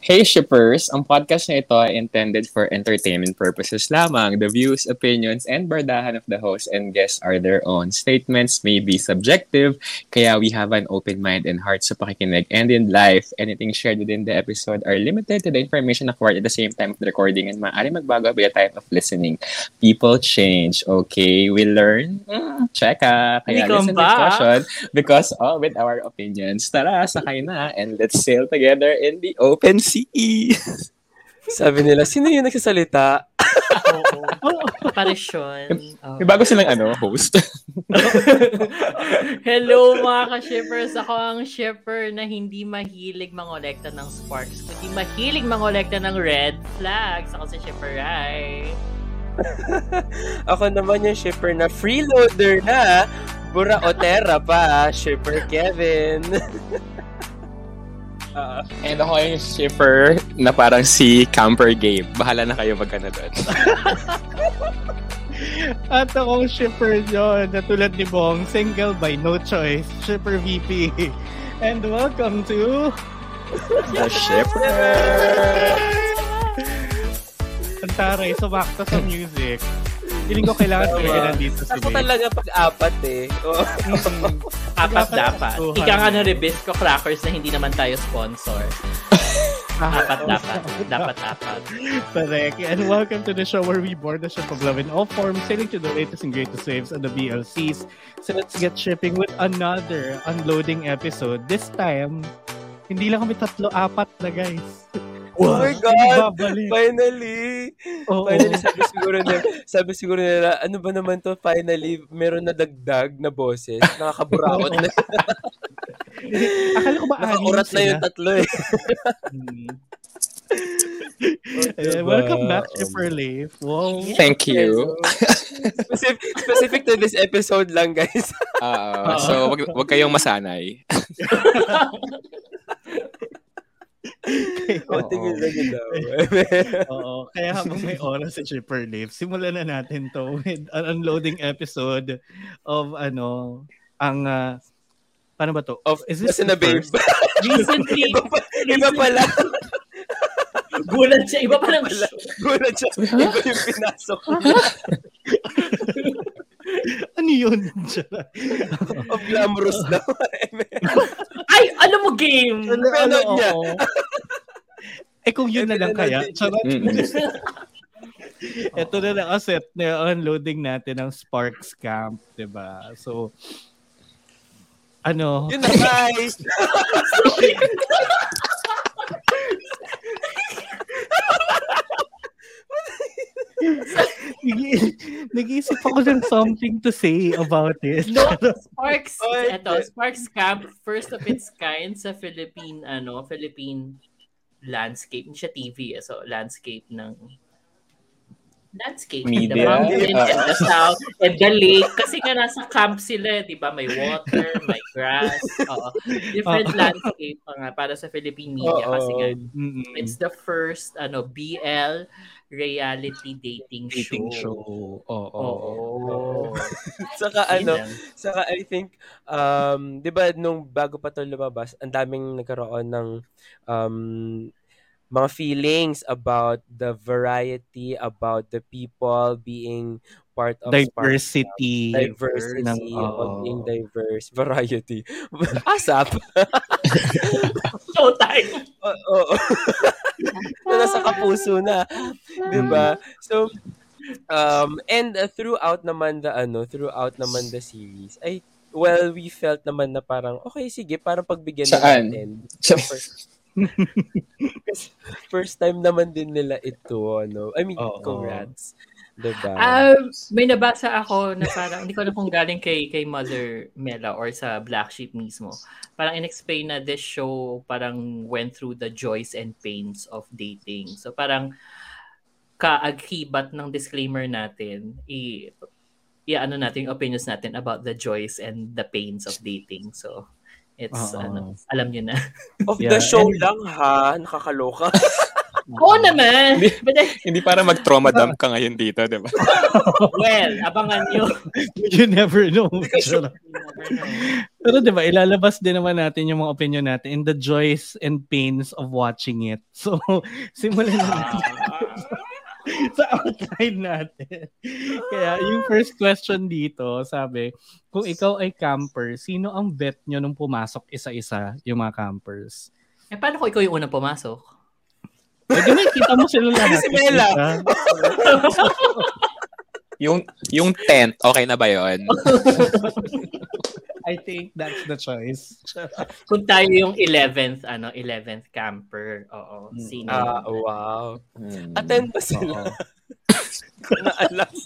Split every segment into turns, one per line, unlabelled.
Hey Shippers! Ang podcast na ito ay intended for entertainment purposes lamang. The views, opinions, and bardahan of the host and guests are their own. Statements may be subjective, kaya we have an open mind and heart sa pakikinig. And in life, anything shared within the episode are limited to the information acquired at the same time of the recording and maaari magbago by the time of listening. People change, okay? We learn, Mm, check ah. Kaya
Hindi ko
listen with
ba?
caution because all with our opinions. Tara, sakay na and let's sail together in the open sea.
Sabi nila, sino yung nagsasalita?
Oo. Parisyon. Oo.
May bago silang ano, host.
Hello mga ka-shippers! Ako ang shipper na hindi mahilig mangolekta ng sparks, kundi mahilig mangolekta ng red flags. Ako si Shipper Rai.
Ako naman yung shipper na freeloader na Bura Otera pa, shipper Kevin.
Ah, and ako yung shipper na parang si Camper Game. Bahala na kayo magka na doon.
At akong shipper yon na tulad ni Bong, single by no choice, shipper VP. And welcome to...
The shipper.
Ang taray, sumakto sa music. Feeling ko kailangan
Tama.
ko yun nandito Mm, si
Ako
Babe.
talaga pag-apat eh. Oo.
Apat
Dapat
dapat.
kasuhan.
Ika nga ng Rebisco Crackers na hindi naman tayo sponsor. Apat dapat. Dapat apat.
Correct. And welcome to the show where we board the ship of love in all forms, sailing to the latest and greatest waves on the BLCs. So let's get shipping with another unloading episode. This time, hindi lang kami tatlo, apat na guys.
Oh my God!
Babalik.
Finally!
Oo.
Finally, sabi siguro nila, sabi siguro nila, ano ba naman to, finally, meron na dagdag na boses. Nakakaburaot na.
Akala ko ba
Nakaurat na yung tatlo eh.
Mm-hmm. Eh, welcome back, Shipper Leif. Wow.
Thank you.
specific, specific to this episode lang, guys.
Ah, so, wag, wag kayong masanay.
O, tingin lang yun daw.
Oo. Kaya habang may oras si Shipper Leif, simulan na natin to with an unloading episode of ano, ang, ah, paano ba to?
Of,
Is
Basta na
the
babe.
first?
Recently,
iba, pa, iba pala.
gulat siya. Iba pa lang.
Gulat siya. Iba yung pinasok.
ano yun?
Of glamorous daw.
Ay! Alam mo, game!
Pinanood niya.
oo. Eh kung yun na lang kaya,
Pinanood niya.
charot.
Mm-mm.
Ito na lang ang set na yung unloading natin ng Sparks Camp, 'di ba? So ano?
Yun na, guys.
nag- Nag-iisip ako ng something to say about it.
No, Sparks,
Oy,
eto, Sparks Camp, first of its kind sa Philippine, ano, Philippine landscape. Hindi siya TV, eh, so landscape ng landscape. The
Media.
mountains
Ah.
and the south and the lake. Kasi nga nasa camp sila, eh, di ba? May water, may grass. Oo. Different
Oo.
landscape pa nga para sa Philippine media. Kasi nga,
Mm-mm.
it's the first ano BL reality dating,
dating show.
show.
Oo. Oh.
Oo.
Saka
Yun
ano,
lang.
saka I think, um, di ba nung bago pa to lumabas, ang daming nagkaroon ng um, mga feelings about the variety, about the people being part of Spark
Diversity.
diversity
ng- oh.
of
oo.
being diverse variety asap
Showtime.
oo Na nasa kapuso na
Diba?
'di ba
Mm.
so um and uh, throughout naman the ano throughout naman the series ay well we felt naman na parang okay sige parang pagbigyan na
Saan?
natin first time naman din nila ito ano i mean
Oo.
congrats 'di ba
Um, may nabasa ako na parang, hindi ko alam kung galing kay, kay Mother Mela or sa Black Sheep mismo. Parang in-explain na this show parang went through the joys and pains of dating. So parang kaaghibat ng disclaimer natin, i- i-ano natin, yung opinions natin about the joys and the pains of dating. So, it's,
Oo.
ano, alam nyo na.
of
yeah,
the show
and-
lang ha nakakaloka
Oo naman! But, eh,
Hindi para mag-trauma dump ka ngayon dito, di ba?
well, abangan nyo.
You never know.
Hindi ka sure.
Pero di ba, ilalabas din naman natin yung mga opinion natin and the joys and pains of watching it. So, simulan na natin sa outline natin. Kaya, yung first question dito, sabi, kung ikaw ay camper, sino ang bet nyo nung pumasok isa-isa yung mga campers? Eh,
Eh, paano ko ikaw yung unang pumasok?
Pwede na kita mo sila lahat.
Si Bella.
isa-isa.
Yung, yung tent, okay na ba yun?
I think that's the choice.
Kung tayo yung 11th, ano, 11th camper. Oo,
Mm.
sino?
Ah, wow.
Hmm.
Attend pa sila.
Oo.
Naalas.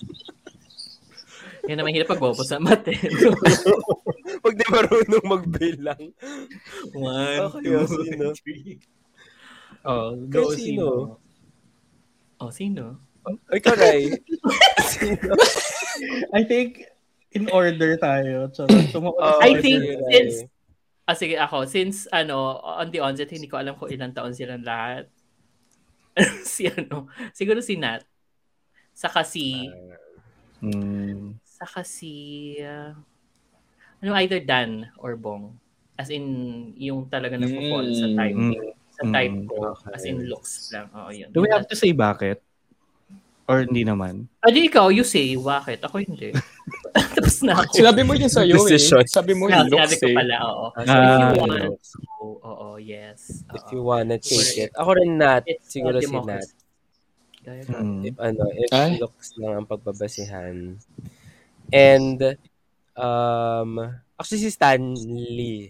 Yan naman hirap pag-bobos sa eh. mate.
Pag di marunong magbilang.
One,
Okay,
two,
oh, sino?
three. Oh, go
Kung sino?
sino? Oh, sino?
Ay, karay.
I think in order tayo. Charot. Sumunod
Oh,
sa
I
order.
think
sige, Ray.
since ah, sige ako, since ano, on the onset hindi ko alam kung ilang taon silang lahat. si ano, siguro si Nat. Saka si
Mm.
saka si ah, ano either Dan or Bong. As in yung talaga na fall sa
Mm,
type sa
mm,
type ko.
okay.
As in looks lang. Oo, yun.
Do we have to say bakit? Or hindi naman?
Adi, ikaw, you say, bakit? Ako hindi. Tapos na ako.
Sinabi mo yun sa'yo eh.
Decision.
Sabi mo
Ah,
yung
Sabi
looks
ko
eh.
pala, oo.
Ah,
if you want, oo, oo, yes.
If
oo.
you wanna take it. Ako rin Nat.
It's
Siguro
a
si Nat.
democracy. Gaya ka.
Mm.
If ano, if
Hmm. Ay.
looks lang ang pagbabasihan. And, um, actually si Stanley.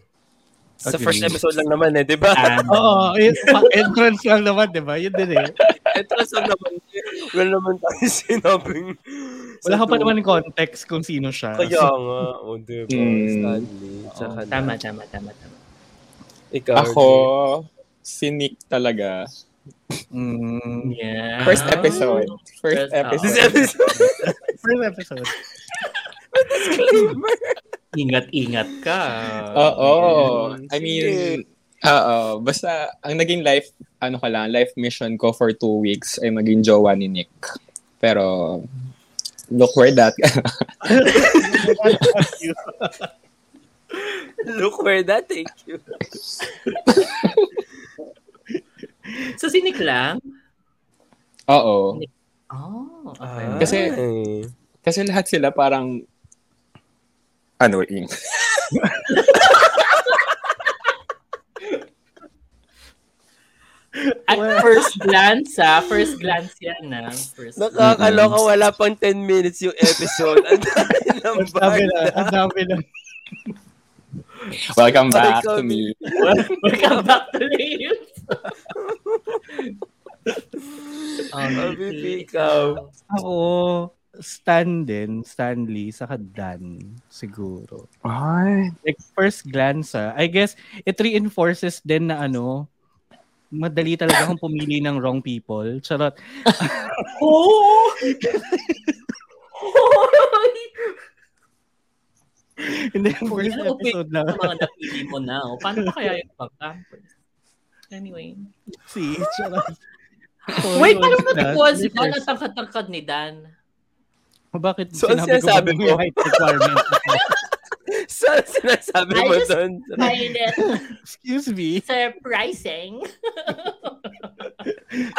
Sa
Agree.
first episode lang naman eh, di ba?
Ah,
Oo, eh, pa- entrance lang naman, di ba? Yun din eh.
Ito sa naman, wala naman tayo sinabing.
Wala
sa
ka pa
dulo.
naman context kung sino siya.
Kaya nga, o di ba,
Mm.
Stanley. Tsaka
oo,
na-
tama, tama, tama, tama.
Ikaw,
Ako,
Jay.
si Nick talaga. Hmm.
Mm.
Yeah.
First episode. First
First- oh.
This
episode.
episode,
First episode.
disclaimer.
Ingat-ingat ka.
Oo.
Ayan.
I mean, oo. Basta, ang naging life, ano ko lang, life mission ko for two weeks ay maging jowa ni Nick. Pero, look where that,
Look where that take you.
So, sinik lang?
oo.
Oh, okay.
Ah.
Kasi-
Ay.
Kasi lahat sila parang, ano, ing.
At first glance, ah. First glance yan, ah. First
nakakaloka, wala pang 10 minutes yung episode. Ang dami ng
Ang dami na.
bag.
Ang dami na.
Welcome back to me.
Welcome back to life.
Habibi ikaw.
Ako, Stan din. Stanley, saka Dan, siguro.
Ay.
like first glance ah, I guess it reinforces din na ano, madali talaga akong pumili ng wrong people. Charot.
Oh!
Hindi, first
Ano,
episode na
Sa mga napili mo na, oh. paano pa kaya yung pag-campus? Anyway.
si Charot.
Wait, paano mo nakuha
That's
si
the
Dan
first-
at
Oh,
ang katangkad ni Dan?
Bakit
So, ano
sinabi ko ba
sinasabi
yung
mo?
height requirement?
Saan sinasabi
I
mo
just-
doon?
Excuse me.
surprising.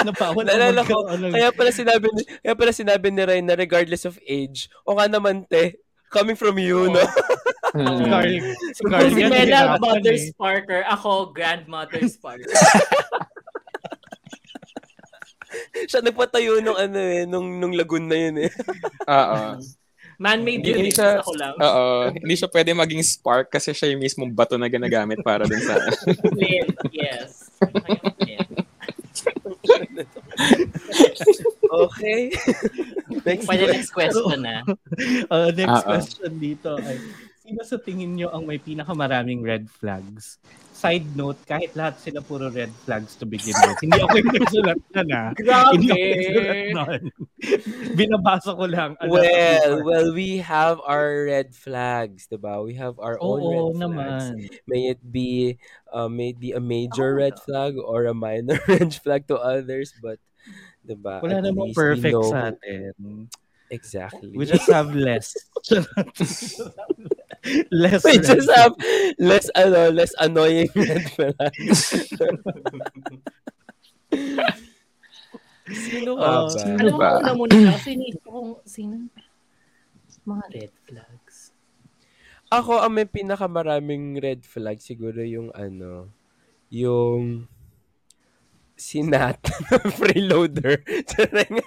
Napawala
Naalala
mag-
ko,
ano-
Kaya pala sinabi ni, kaya pala sinabi ni Ryan na regardless of age, o nga naman te, coming from you, no?
Si
Hmm.
Carly. Si Carly.
si
yan,
Mela
hirapan
Mother
eh.
Sparker. Ako, Grandmother Sparker.
Siya nagpatayo nung ano eh, nung, nung lagoon na yun eh.
Oo.
Man-made
Ah. Hindi-
yun.
hindi
eh.
siya-
Ako lang.
Oo. Hindi siya pwede maging spark kasi siya yung mismong bato na ginagamit para dun sa...
Flynn, yes.
Okay. Next
Pwede
question.
next question na.
Uh, next
Ah, ah.
question dito ay, sino sa tingin nyo ang may pinakamaraming red flags? Side note, kahit lahat sila puro red flags to begin with. Hindi ako yung nagsulat na na. Hindi ako nagsulat
Grabe!
nun. Binabasa ko lang. Ano,
Well, well, we have our red flags, diba? We have our
oo
own red flags.
naman.
May it be, uh, may it be a major
Ako,
red
no.
flag or a minor red flag to others, but, diba?
Wala
at
namang
least we
perfect
know-
sa atin.
Exactly.
We just have less. Less
We
red
just have less ano, less annoying red flags. Sino ka
Ah,
ba?
Alam
sino
Ano mo,
ba?
una muna lang, sinid ko kung sino mga red flags.
Ako, ang may pinakamaraming red flag siguro yung ano, yung sinat ng freeloader. Charing.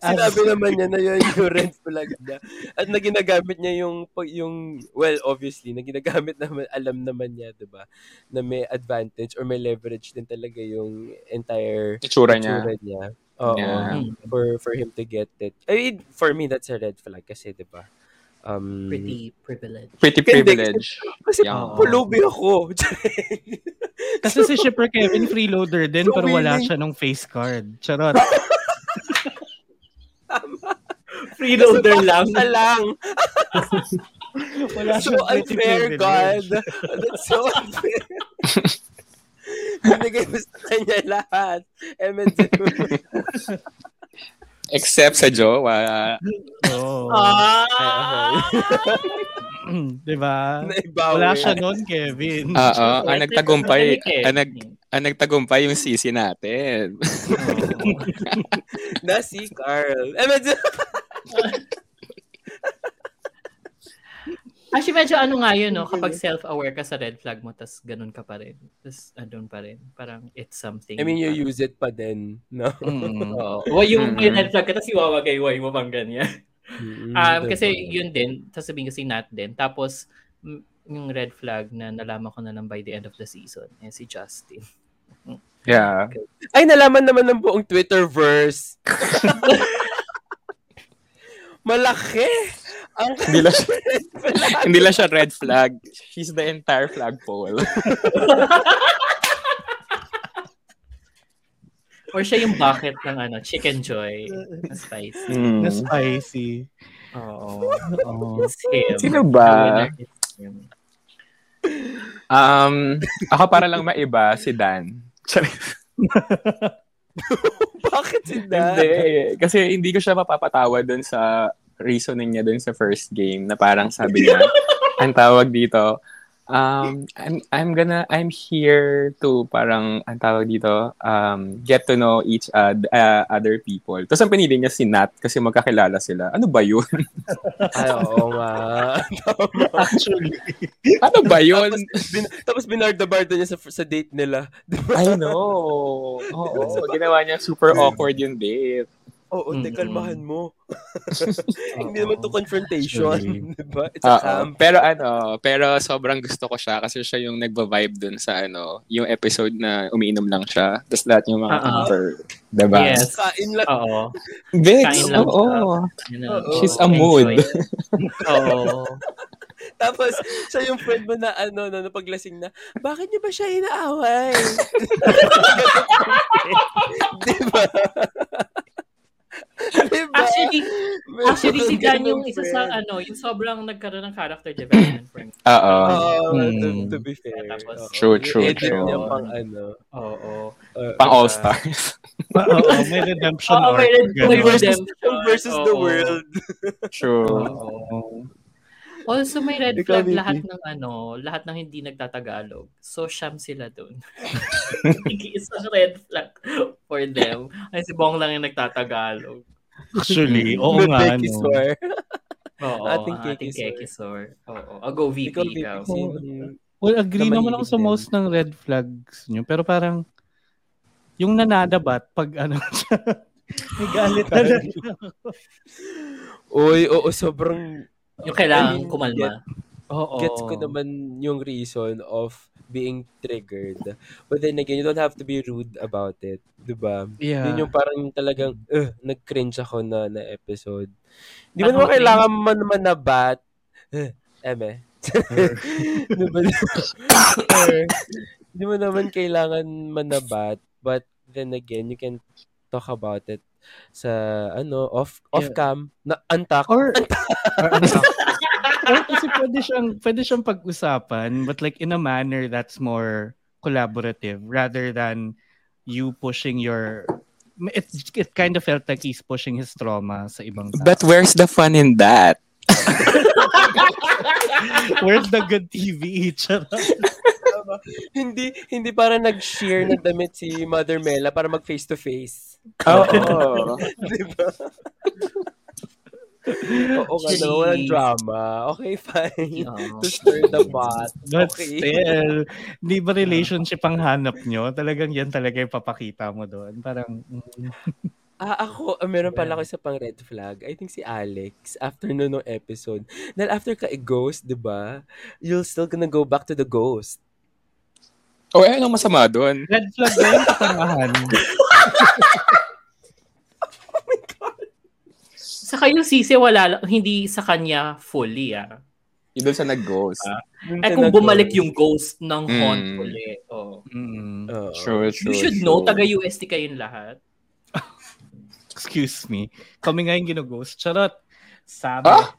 Sinabi naman niya na yun yung red flag na. At na ginagamit niya yung, pag- yung well, obviously, na ginagamit naman, alam naman niya, di ba, na may advantage or may leverage din talaga yung entire
Itsura niya.
itsura niya. Oo.
Yeah.
Hmm,
For, for him to get it. I mean, for me, that's a red flag kasi, di ba, um,
pretty privileged.
Pretty
Hindi,
privilege.
kasi
Yeah.
pulubi ako.
Kasi si Shipper Kevin freeloader din
So
pero wala
willing.
siya nung face card. Charot.
Freeloader lang.
Isa lang.
Wala
So
siyang pretty
unfair,
privilege.
God.
eh.
That's so unfair. Binigay mo sa kanya lahat. MNZ.
Except sa jowa.
Oo.
Ah!
Di ba?
Naibawi.
Wala siya nun, Kevin.
Oo.
ah.
Ang nagtagumpay,
Kevin.
ang, nag, ang ah, nagtagumpay yung sisi natin.
Na si Carl. MNZ.
Actually, medyo ano nga yun, no? Kapag self-aware ka sa red flag mo, tas ganun ka pa rin. Tas andun pa rin. Parang it's something.
I mean, you Mm-hmm. use it pa din. No?
Mm.
Oo. Well, yung,
Mhm.
yung red flag ka, tas iwawagayway mo pang ganyan.
Mm, Ah,
Um, kasi yun din, sasabihin kasi not din. Tapos, mm, yung red flag na nalaman ko na lang by the end of the season, eh, si Justin.
Yeah.
Ay, nalaman naman ng buong Twitterverse. Malaki. Ang
Hindi lang siya, hindi lang siya red flag. She's the entire flagpole.
Or siya yung bucket ng ano, Chicken Joy. Na spicy.
Na
Mm.
spicy.
Oo.
Oo.
It's him.
Sino ba?
The winner is him.
Um, ako para lang maiba, si Dan.
Bakit si Dan?
Hindi. Kasi hindi ko siya mapapatawa dun sa reasoning niya dun sa first game na parang sabi niya, ang tawag dito, um, I'm, I'm gonna, I'm here to parang, ang tawag dito, um, get to know each od- uh, other people. Tapos ang pinili niya si Nat kasi magkakilala sila. Ano ba yun?
Ay, oo nga.
Actually.
ano ba yun?
Tapos, bin, tapos binarda-barda niya sa, sa date nila. Diba?
I know. Oo, ginawa niya super awkward yung date.
Oo, te,
Mm-mm.
kalmahan mo. Hindi
Oo.
naman to confrontation. Diba? It's a
Ah, Oo.
camp.
Pero ano, pero sobrang gusto ko siya kasi siya yung nagba-vibe dun sa ano, yung episode na umiinom lang siya. Tapos lahat yung mga
Ah, ah.
cover. Diba?
Yes.
Kain lang.
Oo.
Vicks,
Kain lang
oo.
Yun na.
Oo.
She's a mood.
Enjoy. Oo.
Tapos, siya yung friend mo na ano, na napaglasing na, bakit niyo ba siya inaaway? diba? diba?
Actually,
Meron
actually si Dan yung
ganung
isa sa
friend.
ano, yung sobrang nagkaroon ng character development for me.
Oo.
Ah,
Oo, Ah, to,
Hmm.
to be fair.
Tapos-
Oo.
True,
Yung
Mm. true,
edit
true.
niya pang ano.
Oo.
uh,
Pang all-stars.
Oo, may redemption
Oo, may
arc.
red- may
Ganun.
redemption.
versus the
Oo.
world.
True.
Oo. Also, may red
Ikaw,
flag
Vicky.
lahat ng ano, lahat ng hindi nagtatagalog. So, sham sila dun. Isang red flag for them. Ay, si Bong lang yung nagtatagalog.
Actually, oo
With
nga.
Becky
ano.
Sor.
Oo,
Ating
ating, ating
kekisor.
kekisor. Oo. I'll go VP
Ikaw,
ikaw.
Vicky,
Vicky.
sino?
Well, agree
Na
naman ako sa
mahilig
most ng red flags nyo. Pero parang, yung nanadabat pag ano siya, may galit na lang siya.
Uy, oo, sobrang
Yung kailangan
I mean,
kumalma.
Oo.
gets ko naman yung reason of being triggered. But then again, you don't have to be rude about it. 'di ba?
Yeah.
Yun yung parang talagang, uh, nag-cringe ako na, na episode. Hindi
Ano
mo naman
ba yun?
kailangan man manabat. Eh, eme. diba? Hindi mo naman kailangan manabat. But then again, you can talk about it sa ano off off
Yeah.
cam na untak
Or, or, ano ba? Or kasi pwede siyang, pwede siyang pag-usapan, but like in a manner that's more collaborative rather than you pushing your it, it kind of felt like he's pushing his trauma sa ibang tao.
But where's the fun in that?
Where's the good TV? Charot.
Tama. hindi hindi para nag-share ng damit si Mother Mela para mag face to face.
Oo.
Oo nga naman, walang
Jeez.
drama. Okay, fine.
Oo.
To stir the pot.
But
Okay.
still, di ba relationship ang hanap nyo? Talagang yan talaga yung papakita mo doon. Parang, mm,
Ah, ako, ah, meron pala ako sa pang red flag. I think si Alex, after nun nung episode. Dahil after ka i-ghost, di ba? You'll still gonna go back to the ghost.
O, eh, anong masama doon?
red flag ba yung katangahan?
Saka yung sisi, wala, lang- hindi sa kanya fully, ah.
Yung doon sa nag-ghost.
Yung
Ay, Eh, kung
tinag-
bumalik yung ghost ng haunt
Mm.
uli. Oh.
Mm,
Oo.
Sure,
You
sure, sure.
should know, taga-UST kayong lahat.
excuse me. Kami nga yung ginughost. Charot. Sabi.
Ah?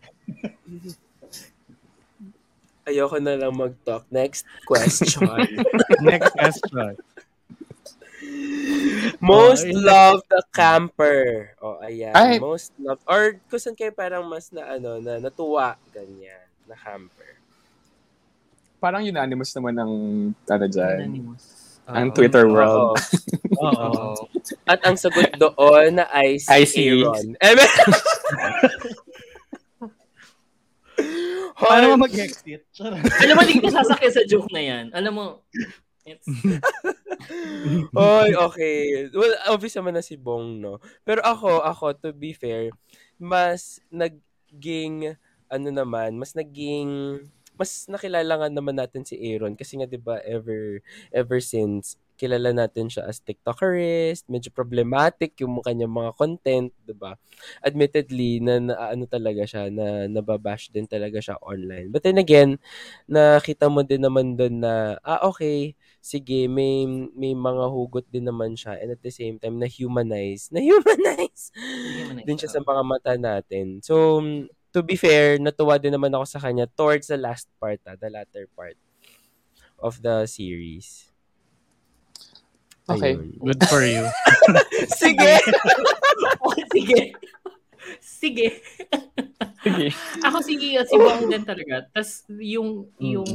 Ayoko na lang mag-talk. Next question.
Next question.
Most
Oh, yun.
loved the camper. O, oh, ayan.
Ay.
Most loved. Or kung saan kayo parang mas na ano, na natuwa. Ganyan. Na camper.
Parang unanimous naman ng, ano dyan,
Anonymous.
ang
Oo.
Twitter world.
Oo.
Oo.
Oo.
At ang sagot doon na ay si
Ay, si-
Aaron. Eh, may-
Paano
Hoy,
mo mag-exit? Charot.
Alam mo, hindi ko sasakyan sa joke na yan. Alam mo, it's,
Oy, okay. Well, obvious naman na si Bong, no? Pero ako, ako, to be fair, mas naging, ano naman, mas naging, mas nakilala nga naman natin si Aaron kasi nga, di ba, ever, ever since, kilala natin siya as TikTokerist, medyo problematic yung mga kanyang mga content, di ba? Admittedly, na, na ano talaga siya, na nababash din talaga siya online. But then again, nakita mo din naman doon na, ah, okay, sige, may, may mga hugot din naman siya and at the same time, na-humanize. Na-humanize!
Humanize,
din siya
oo.
sa mga mata natin. So, mm, to be fair, natuwa din naman ako sa kanya towards the last part, ah, the latter part of the series.
Okay.
Ayun.
Good for you.
Sige!
oh, sige. sige.
Sige.
Ako sige, si Bong din talaga. Tapos yung, yung,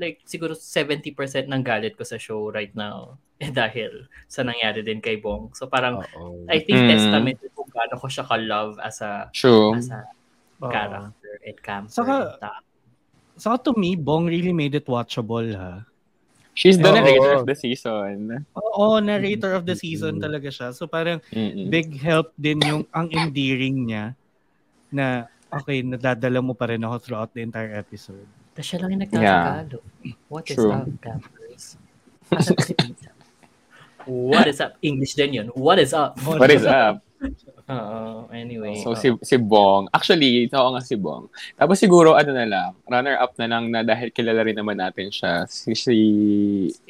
like, siguro 70% ng galit ko sa show right now eh, dahil sa nangyari din kay Bong. So parang,
Oo.
I think
Mm.
testament to kung gaano ko siya ka-love as a,
True.
as a character and camper.
Saka,
and tao.
So to me, Bong really made it watchable ha.
She's the
Oo.
narrator of the season.
Oo, narrator of the season talaga siya. So parang
Mm-mm.
big help din yung ang endearing niya na okay, nadadala mo pa rin ako throughout the entire episode.
Tapos siya lang yung nagtatagalo. What
True.
is up, campers? Asan na si Pizza? What is up? English din yun. What is up?
Oh,
What is up?
Oo, anyway.
So, si, si Bong. Actually, oo nga si Bong. Tapos siguro, ano na lang, runner-up na lang na dahil kilala rin naman natin siya, si, si,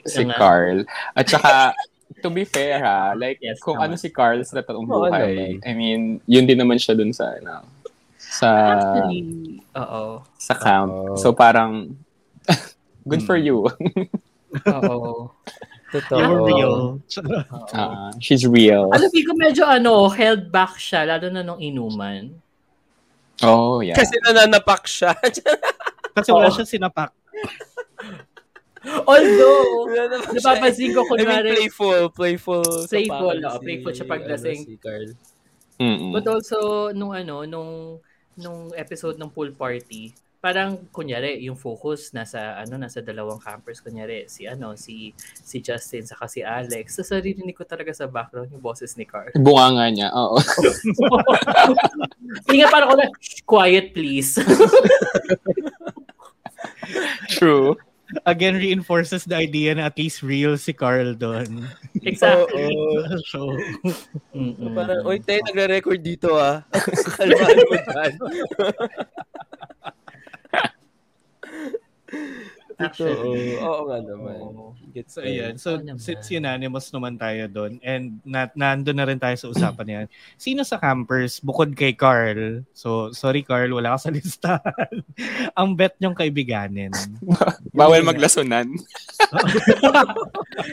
si
nga.
Carl. At saka, to be fair ha, like,
Yes,
kung
tama.
ano si Carl sa totoong
Oo
buhay,
naman.
I mean, yun din naman siya dun sa, ano, sa,
Actually, oo.
sa camp.
Oo.
So, parang, good for you.
Oo.
Totoo.
You
Oh.
were real.
oo.
Ah, she's real.
Alam, feel ko medyo ano, held back siya, lalo na nung inuman.
Oh, yeah.
Kasi nananapak siya.
Kasi
Oh.
wala
Oo.
siya sinapak.
Although,
Nananapak siya.
napapansin ko,
I mean,
kunwari,
playful. Playful. sa
Playful,
pakal
oh, playful siya pag
ano,
lasing.
si Carl.
Mm-mm.
Mm.
but also, nung ano, nung, nung episode ng pool party, parang kunyari yung focus nasa ano nasa dalawang campers kunyari si ano si si Justin saka si Alex sa sarili ko talaga sa background yung boses ni Carl
Bunga nga niya. Oo.
Hindi nga parang ko na, "Shh, quiet please.
True.
Again, reinforces the idea na at least real si Carl doon.
exactly.
Oo.
So,
Mm-mm.
Parang, oy, tayo nagre-record dito ah. Kalmahan mo dyan. Totoo.
Actually.
Oo nga naman.
Oo.
Gets ko
so
yun.
ayan.
Oo
So,
naman.
since unanimous naman tayo doon and na, nandun na rin tayo sa usapan niyan, sino sa campers bukod kay Carl? So, sorry Carl, wala ka sa listahan. Ang bet niyong kaibiganin.
Bawal maglasunan.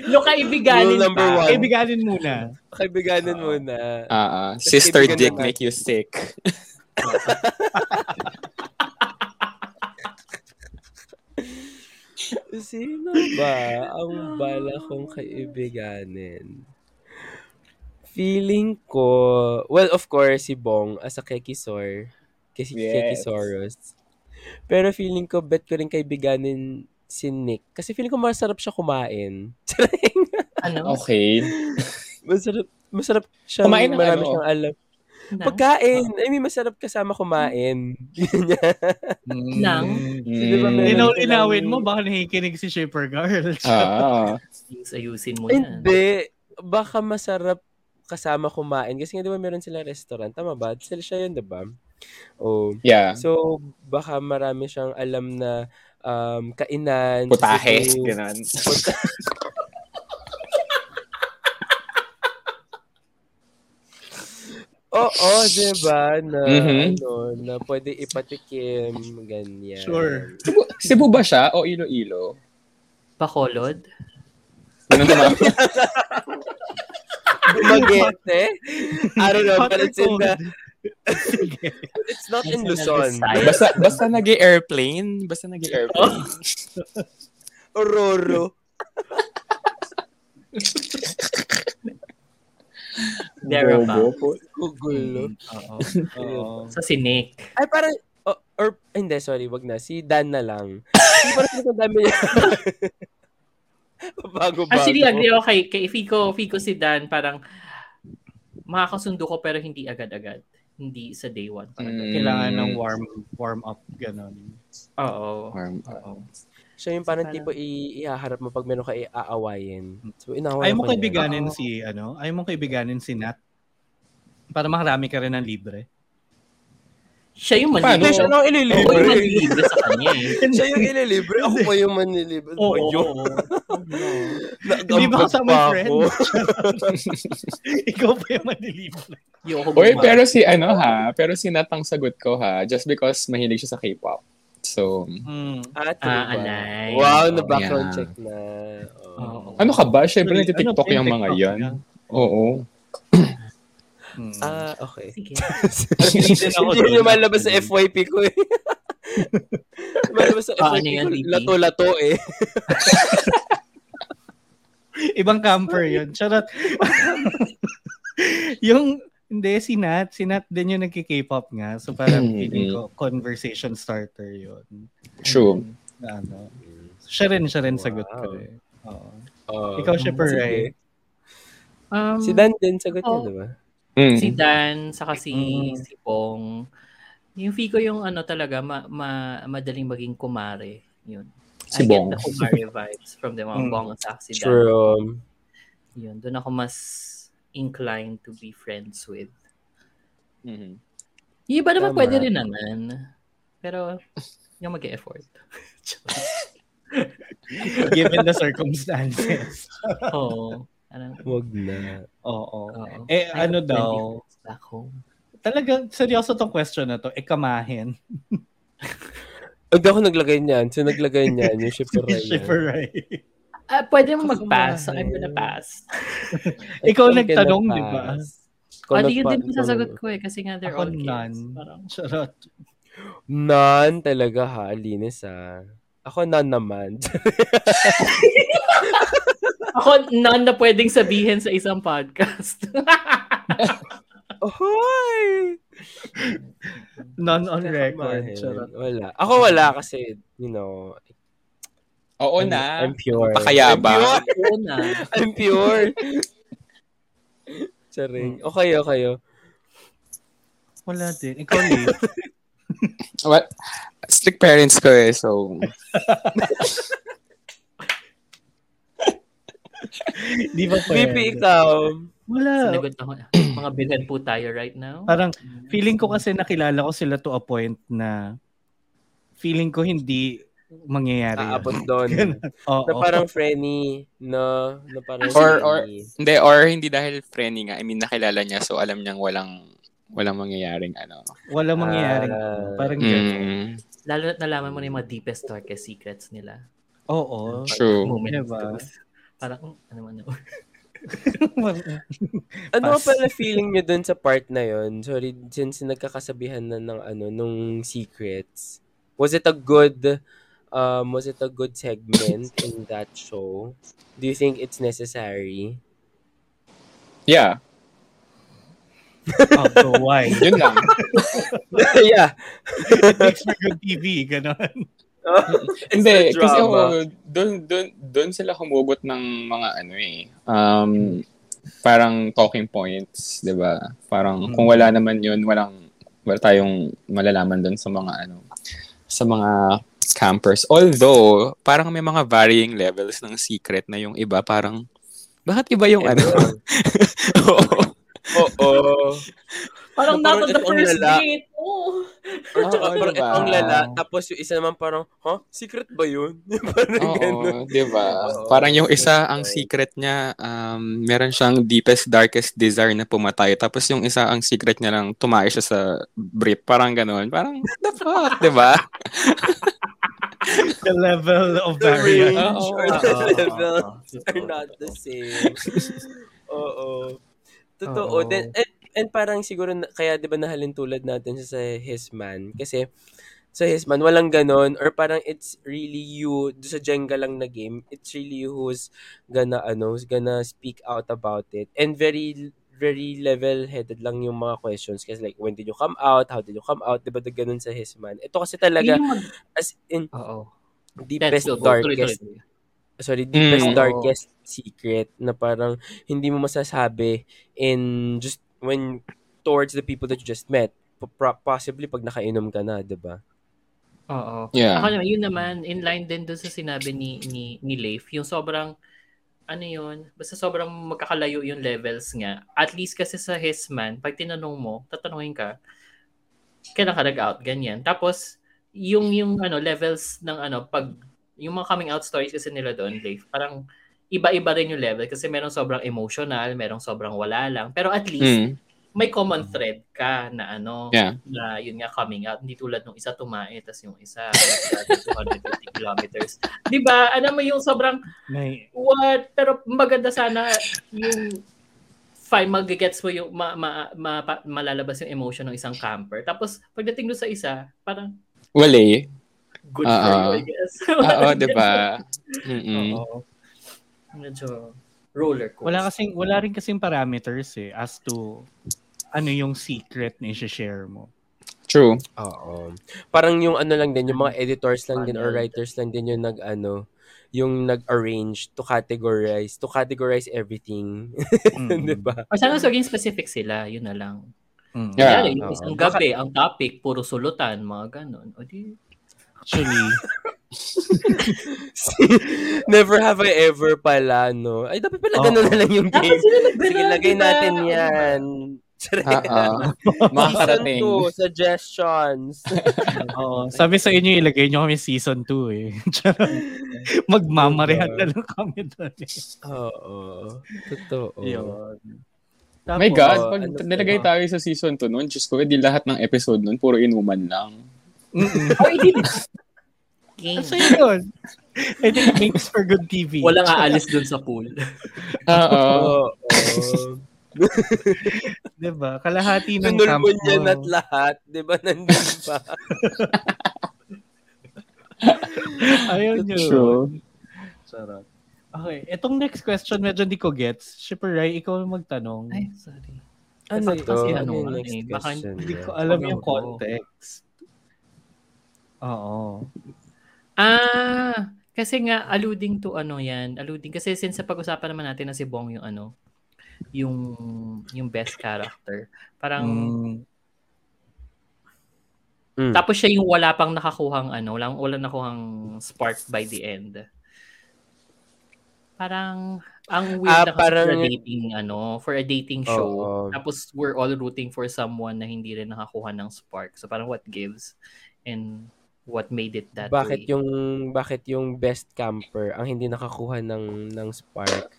Yung kaibiganin
Rule number
pa.
one.
kaibiganin muna.
Kaibiganin mo na.
Ah, ah.
Tapos
sister
kaibigan
dick
naman.
make you sick.
Sino ba ang bala kong kaibiganin? Feeling ko, well, of course, si Bong as a Kekisor. Kasi
Yes.
Kekisoros. Pero feeling ko, bet ko rin kaibiganin si Nick. Kasi feeling ko masarap siya kumain.
Ano?
Okay.
masarap, masarap siya.
Kumain ng
marami
ano?
siyang alam.
Nang?
Pagkain. I mean, masarap kasama kumain. Ganyan.
Hmm.
Nang?
Sino ba meron?
Linaw, linawin mo, baka nakikinig si Shipper Girl.
Ah.
Please, Ayusin mo ano? yan.
Mm. Hindi. Baka masarap kasama kumain. Kasi nga, di ba, meron silang restaurant. Tama ba? Sila siya yun, di ba? Oh.
Yeah.
So, baka marami siyang alam na um, kainan.
Putahe.
So,
Ganun.
puta- Oo, di ba? Na,
Mhm.
ano, na pwede ipatikim, ganyan.
Sure.
Cebu ba siya o Iloilo? Ano
Bacolod?
Ganun ba?
Magete? I don't know,
Hot
but
or
it's in the,
cold? Sige.
it's not
It's in
in
the
Luzon.
Visayas.
Basta, basta nag-airplane. Basta nag-airplane.
Roro.
Thereabouts.
Gugulo.
Oo.
Oo.
So, si Nick.
Ay, parang, o- or, hindi, sorry, wag na. Si Dan na lang. Hindi, parang ang dami niya. Bago-bago.
Ah,
Actually, agree ako kay, kay Fico, Fico si Dan, parang makakasundo ko pero hindi agad-agad. Hindi sa day one. Parang,
Mm.
Hmm. Kailangan ng warm warm up, ganun.
Oo.
Warm up.
Oo.
Siya yung parang
Parang-
tipo i- ihaharap mo pag meron ka iaawayin. So, inaway
Ayaw mo
ako niya.
kaibiganin
Oo.
si, ano, ayaw mo kaibiganin si Nat. Para makarami ka rin ng libre.
Siya yung
Paano?
manlibre.
Hindi, siya
Siya
lang
yung
ililibre.
manlibre sa kanya eh.
siya yung ililibre. Ako pa yung manlilibre.
Oo.
Ay, yun.
Hindi ba
Nagambag
kasama yung
pa
friend?
ako.
Ikaw pa yung manlilibre.
Yung
Uy, pero si ano ha, pero si Nat ang sagot ko ha, just because mahilig siya sa K-pop. So,
Mm.
Ah, true
Ah,
ba?
alay.
Wow, na background
Yeah.
check na. Oo.
Oo.
ano ka ba? Siyempre,
Ano
nagtitiktok
pa
yung mga
TikTok
yan.
niya?
Oo.
Mm.
Ah, okay.
Sige.
Hindi ako
Hindi
doon.
nyo malabas sa FYP ko eh. malabas sa
Ah,
FYP
ano yan,
ko.
DP?
Lato-lato eh.
Ibang camper yun. Charot. yung, hindi, si Nat. Si Nat din yung nagki-K-pop nga. So parang feeling ko, conversation starter yun.
True.
Na ano. Siya rin, siya rin sagot ko
Wow.
eh. Oo.
Oh.
Ikaw, Shipper, eh.
Sige.
right?
Um,
Si Dan din sagot niya,
Oh.
di ba?
Mm.
si Dan, saka si,
Mm-hmm.
Mm.
si Pong. Yung Fico yung ano talaga, ma, ma, madaling maging kumare. Yun.
Si
I
Bong.
get the kumare vibes from them. Ang
Mm.
Bong at saka si Dan.
True.
Yun, doon ako mas inclined to be friends with.
Mhm.
Yung iba naman
Tama.
pwede rin naman. Pero, yung mag-e-effort.
Given the circumstances.
Oo. Parang,
Wag na.
Oo.
oo. I
Eh, ano
got 20
daw?
friends Back home.
Talaga, seryoso tong question na to. Eh, Ikamahin.
Huwag ako naglagay niyan. So, naglagay niyan yung shipper Ryan.
Shipper, right?
Ah, pwede mo mag-pass. So, I'm gonna pass.
Ikaw
Kung
nagtanong,
kailan
di ba?
Ah,
pass. Kung
Pwede yun
nagpa-
din yung sasagot ko eh. Kasi nga, they're
Ako
all kids.
none.
Parang,
Charot.
None talaga ha, Alinis ha. Ako none naman.
Ako, none na pwedeng sabihin sa isang podcast.
Ahoy!
None on record. Charot.
Wala. Ako wala kasi, you know,
Oo
I'm,
na.
I'm pure.
Pakayabang.
Oo na.
I'm pure. Charing.
Hmm.
O kayo, kayo.
Wala din. Ikaw, Lee.
What? Strict parents ko eh, so...
Di ba pwede?
BP, ikaw.
Wala.
Sinagot ako. Mga bilhan po tayo right now.
Parang feeling ko kasi nakilala ko sila to a point na feeling ko hindi mangyayari. yun.
Aabot doon.
Ganun. Oo.
Na parang Frenny. No? Na parang
Or- or-
Frenny.
Hindi, or hindi dahil friendly nga. I mean, nakilala niya, so alam niyang walang walang mangyayaring ano.
Wala mangyayari.
Ah.
parang ganun.
Mm,
Lalo na nalaman mo na yung mga deepest, darkest secrets nila.
Oo.
true.
Moment of
Diba?
truth. Parang, mm, ano ano.
Ano nga
Pass.
pala feeling nyo dun sa part na yon? Sorry, since nagkakasabihan na ng ano, nung secrets. Was it a good um, was it a good segment in that show? Do you think it's necessary?
Yeah,
Oh, so why?
yun lang.
yeah.
It makes for good TV, ganon.
Hindi,
the
kasi
drama.
oh, doon doon doon sila humugot ng mga ano eh. Um parang talking points, 'di ba? Parang kung wala naman 'yun, walang wala tayong malalaman doon sa mga ano sa mga campers. Although, parang may mga varying levels ng secret na yung iba parang bakit iba yung ano? Oo.
Oo.
Parang
Parang
not on the
itong
first
lala.
date. Oh.
Or tsaka
Oo,
parang
diba?
itong lala, tapos yung isa naman parang, huh? Secret ba yun? parang ganun.
Oo, di ba?
Oo.
Parang yung isa, ang secret niya, um, meron siyang deepest, darkest desire na pumatay. Tapos yung isa, ang secret niya lang, tumae siya sa brief. Parang ganun. Parang, what the fuck, di ba?
The level of
The range
variance.
or
Oo.
the level are not the same. Oo. Totoo.
Oo.
Then, and, and parang siguro, na- kaya di ba nahalin tulad natin siya sa His Man? Kasi sa His Man, walang ganon. Or parang it's really you, do sa Jenga lang na game, it's really you who's gonna, ano, who's gonna speak out about it. And very very level-headed lang yung mga questions. Kasi like, when did you come out? How did you come out? Di ba na ganun sa His Man? Ito kasi talaga, as in,
Oo.
deepest, darkest sorry, deepest,
Mm.
darkest secret na parang hindi mo masasabi in just when towards the people that you just met. Po- pro- Possibly pag nakainom ka na, di ba?
Oo. Ako
Yeah.
naman, yun naman, in line din doon sa sinabi ni, ni, ni Leif, yung sobrang, ano yun, basta sobrang magkakalayo yung levels nga. At least kasi sa his man, pag tinanong mo, tatanungin ka, kailan ka nag-out, ganyan. Tapos, yung, yung ano, levels ng ano, pag, yung mga coming out stories kasi nila doon, Leif, parang iba-iba rin yung level kasi merong sobrang emotional, merong sobrang wala lang. Pero at
Mm,
least, may common thread ka na ano,
yeah.
na yun nga coming out. Hindi tulad nung isa tumae, tas yung isa nagdaan 250 kilometers. Di ba? Ano mo yung sobrang
May,
what? Pero maganda sana yung fine, magigets mo yung ma, ma, ma- pa- malalabas yung emotion ng isang camper. Tapos pagdating doon sa isa, parang
Wale.
good for
Oo.
you, I guess.
Oo, di ba? Mm. Mm-mm.
Oo. Medyo roller coaster.
wala kasing, wala rin kasing parameters eh as to ano yung secret na i-share mo.
True.
Oo. Parang yung ano lang din, yung mga editors lang din or
Ano?
writers lang din yung nag ano, yung nag-arrange to categorize, to categorize everything.
Mm.
di ba?
Or sana maging specific sila, yun na lang.
Mm.
Yeah.
Kaya yung isang
Oo.
gabi, ang topic, puro sulutan, mga ganun. O di,
Actually,
Never have I ever pala, no? Ay, dapat pala ganun
Oo.
na lang yung
Dapat
game.
sila nagdala,
Sige, lagay
diba?
natin yan.
Oo. Makakarating.
Season 2, suggestions.
oo. Sabi sa inyo, ilagay nyo kami season 2 eh. Charot. Magmamarehan na lang kami doon. eh.
Oo. Totoo.
Yun.
My
Tapos,
God, pag
ano pa
nilagay
ba?
tayo sa season 2 nun, Diyos ko, hindi lahat ng episode nun, puro inuman lang.
mm-mm.
Game.
oh, So yun. I think it makes for good TV.
Walang aalis dun sa pool.
Oo.
Oo.
Diba? Kalahati ng camp
Pinulmon niya
mo.
at lahat. Di ba? Nandun pa.
Ayun yun.
True.
Sarap. Okay, etong next question medyo hindi ko gets. Shipper Rai, ikaw ang magtanong.
Ay, sorry.
ano
Kasi
to?
ano
Ano yung
nga
next
eh, baka
question?
hindi ko
niya?
alam
Ano
yung
to?
context. Oo.
Ah, kasi nga, alluding to ano yan, alluding, kasi since sa pag-usapan naman natin na si Bong yung ano, yung yung best character.
Hmm.
Parang
Mm.
Mm.
tapos siya yung wala pang nakakuhang ano, lang wala nakuhang spark by the end. Parang ang weird
Ah,
na kasi
parang-
for a dating ano, for a dating show.
Oo.
Tapos we're all rooting for someone na hindi rin nakakuha ng spark. So parang what gives and what made it that
Bakit
way.
yung bakit yung best camper ang hindi nakakuha ng ng spark?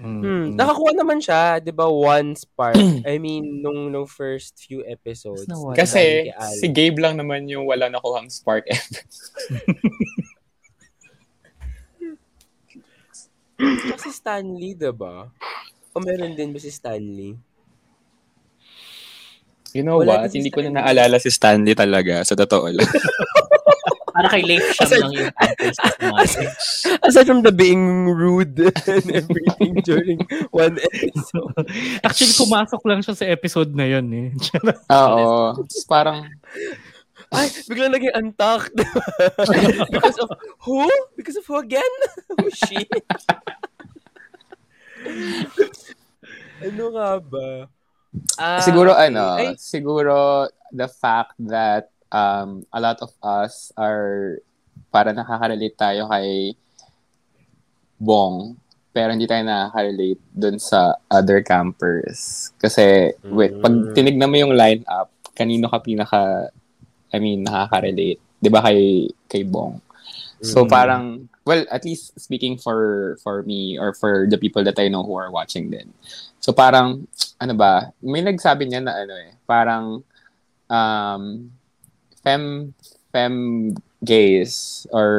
Mm.
Hmm, nakakuha naman siya, 'di ba? One spark. I mean, nung nung first few episodes.
Tapos nawala.
Kasi,
Dahil kay Al.
si Gabe lang naman yung wala nakuhang spark
Tsaka si Stanley, diba? O meron din ba si Stanley?
You know
Wala
what?
din si
Hindi ko na
Stanley.
naalala si Stanley talaga. Sa totoo lang.
Parang Para kay Leif Sham
Aside-
lang yung pampers.
Aside from the being rude and everything during one episode.
Actually, pumasok lang siya sa episode na yun eh.
Oo. Tapos Parang,
Ay, biglang naging untucked. Because of who? Because of who again? Oh, Who is she? ano nga ba? Ah,
siguro
okay.
ano,
Ay,
siguro the fact that um, a lot of us are para nakaka-relate tayo kay Bong pero hindi tayo nakaka-relate dun sa other campers. Kasi wait,
Mm.
pag tinignan mo yung lineup, kanino ka pinaka I mean, nakaka-relate. 'Di ba kay kay Bong? So
Mm.
parang well, at least speaking for for me or for the people that I know who are watching din. So parang ano ba, may nagsabi niya na ano eh, parang um fem fem gays or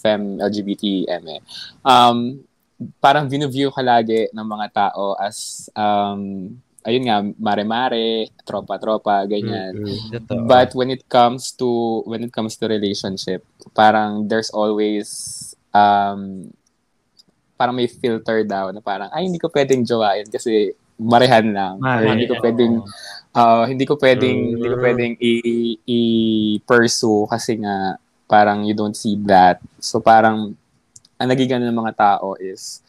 fem LGBTM eh. Um parang view ka lagi ng mga tao as um ayun nga mare-mare, tropa-tropa,
Mm-hmm.
ganyan.
Mm.
Totoo.
But when it comes to when it comes to relationship, parang there's always um parang may filter daw na parang ay hindi ko pwedeng jowain kasi marehan lang. Or
Marehan.
hindi ko pwedeng ah, hindi ko pwedeng hindi ko
Mm.
pwedeng i- i-pursue kasi nga parang you don't see that. So parang ang nagiging ano ng mga tao is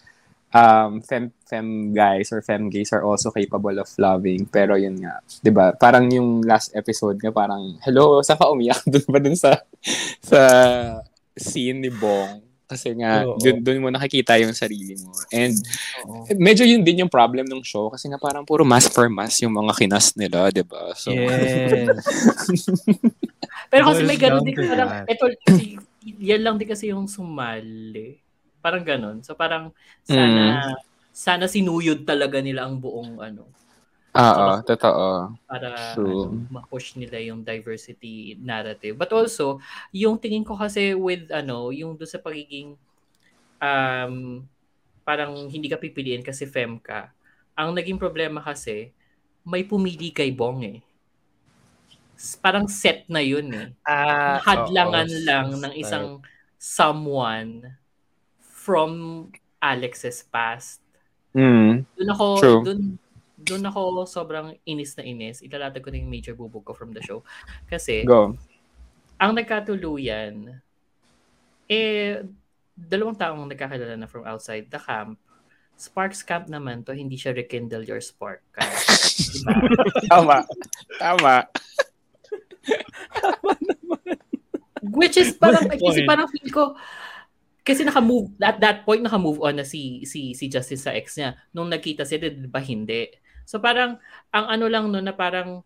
um fem fem guys or fem gays are also capable of loving pero yun nga 'di ba parang yung last episode nga parang hello sa ka umiyak dun ba dun sa sa scene ni Bong kasi nga
Oo.
dun, dun mo nakikita yung sarili mo and medyo yun din yung problem ng show kasi nga parang puro mass for mass yung mga kinas nila, 'di ba? So
Yes.
Pero kasi
Boils
may ganun
down
din
to
parang,
that.
eto, si, yan lang din kasi yung sumali. Parang ganun. So parang, sana, sana sinuyod talaga nila ang buong ano,
oo, ah, totoo.
para
True.
ano, ma-push nila yung diversity narrative. But also, yung tingin ko kasi with ano, yung do sa pagiging um parang hindi ka pipiliin kasi fem ka. Ang naging problema kasi may pumili kay Bong eh. S- Parang set na yun eh.
Ah,
Hadlangan
oo.
lang ng isang someone from Alex's past.
Mm.
Doon ako,
True.
doon, doon ako sobrang inis na inis. Ilalatag ko na yung major bubog ko from the show. Kasi,
Go.
ang nagkatuluyan, eh, dalawang taong nagkakilala na from outside the camp. Sparks camp naman to, hindi siya rekindle your spark. Camp. Diba?
Tama. Tama.
Which is parang,
Good
kasi
point.
parang feel ko, kasi naka-move, at that point, naka-move on na si, si, si Justice sa ex niya. Nung nakita siya, di ba hindi? So parang, ang ano lang nun na parang,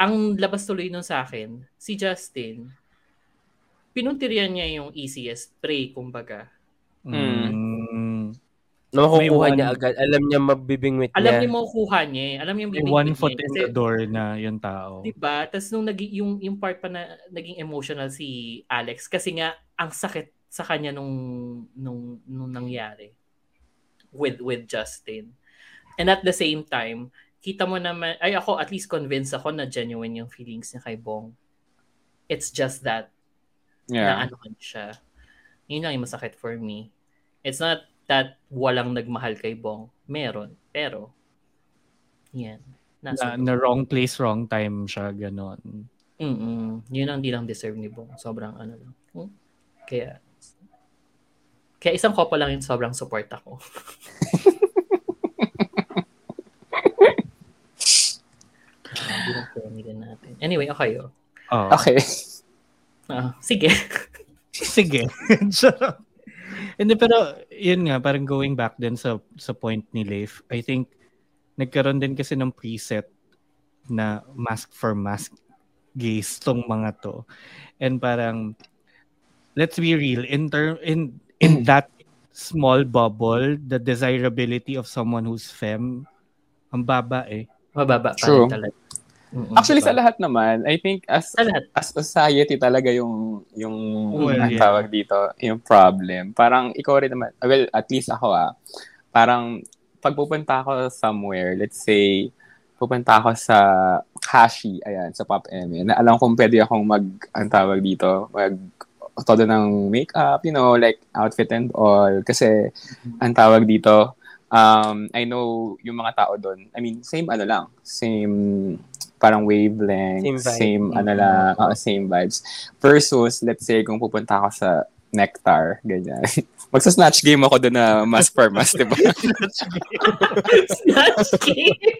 ang labas tuloy nun sa akin, si Justin, pinuntirian niya yung E easiest prey, kumbaga.
Mm.
No, makukuha
May one-
niya agad. Alam niya mabibingwit
Alam
niya.
niya makukuha niya eh. Alam niya yung
May
bibigyan
one
niya
foot
eh.
in
Kasi,
the door na yung tao.
Diba? Tapos nung naging, yung, yung part pa na naging emotional si Alex, kasi nga, ang sakit sa kanya nung, nung, nung nangyari with, with Justin. And at the same time, kita mo naman, ay ako at least convinced ako na genuine yung feelings niya kay Bong. It's just that na
Yeah.
ano kan siya. Yun lang yung masakit for me. It's not that walang nagmahal kay Bong. Meron. Pero, yan.
Na,
Nasa,
na wrong place, wrong time siya, ganon.
Mm-mm. Yun ang di lang deserve ni Bong. Sobrang ano lang. Hmm? Kaya, kaya isang ko pa lang yung sobrang support ako. Ah, di lang pinigyan natin. Anyway, ako kayo.
Oh.
Okay.
Ah, sige.
Sige. Charot. Hindi, pero yun nga, parang going back din sa, sa point ni Leif, I think nagkaroon din kasi ng preset na mask for mask gays tong mga to. And parang, let's be real, in, term, in, in that small bubble, the desirability of someone who's femme, ang baba eh.
Mababa pa
True.
rin talaga. Mm-mm. diba?
Actually sa lahat naman, I think as
Sa lahat.
as society talaga yung yung
Well,
ang
yeah.
tawag dito, yung problem. Parang ikaw rin naman, well, at least ako ah, parang pag pupunta ako somewhere, let's say, pupunta ako sa Hashi, ayan, sa Pop M, na alam kong pwede akong mag, ang tawag dito, mag todo ng makeup, you know, like outfit and all. Kasi,
Mm-hmm.
ang tawag dito, um, I know yung mga tao doon, I mean, same ano lang, same parang wavelength,
Same
same,
vibe. Mm-hmm.
ano lang, oo, same vibes. Versus, let's say, kung pupunta ako sa Nectar, ganyan. Magsa-snatch game ako doon na mas per mas, di ba?
Snatch game.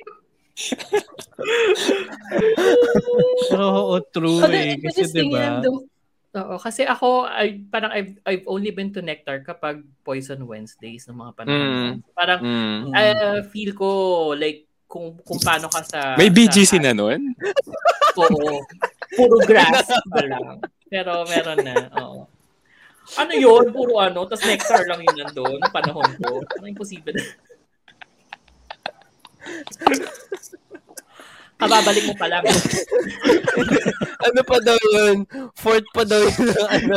Oo, true
Although,
eh.
I'm
Kasi
just thinking
diba?
of the- Oo, kasi ako, I, parang I've, I've only been to Nectar kapag Poison Wednesdays ng mga panahon.
Mm.
Parang,
Mm.
I Ah, feel ko, like, kung kung paano ka sa...
May
sa-
BGC na nun?
Oo. Puro grass na lang. Pero meron na. Oo. Ano yun? Puro ano? Tapos nectar lang yun nandun. Ang panahon ko. Ano imposible na. Kababalik mo pa lang.
ano pa daw yun? Fourth pa daw yun ng ano,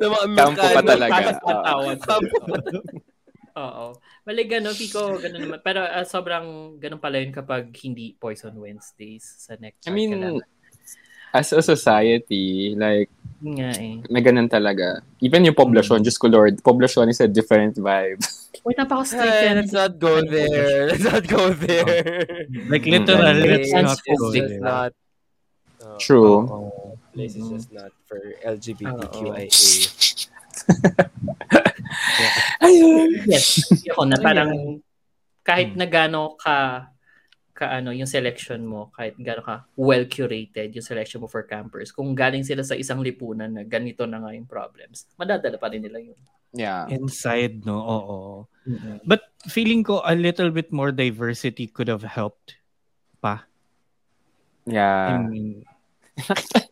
ng mga
Kampo pa
Amerikano.
talaga.
Tapos patawan.
Kampo pa
Oo. Balik gano'n, Fico. Ganun naman. Pero ah, sobrang ganun pala yun kapag hindi Poison Wednesdays sa
I
nectar.
mean,
ka lang.
as a society, like,
Yun nga eh.
may ganun talaga. Even yung poblasyon, just ko Lord, poblasyon is a different vibe.
Wait,
Ay,
napaka-strike.
let's not go there. Let's not go there.
Like, literal,
Mm.
Place
let's not
is
go
just
there.
not. Oh,
True.
oh, Place is just not for LGBTQIA.
Ayun.
Yes. Ako na parang kahit na gano'n ka ka ano yung selection mo kahit gano'n ka well curated yung selection mo for campers kung galing sila sa isang lipunan na ganito na nga yung problems madadala pa rin nila yun
Yeah.
Inside, no? Oo. But feeling ko a little bit more diversity could have helped. I
Yeah.
mean,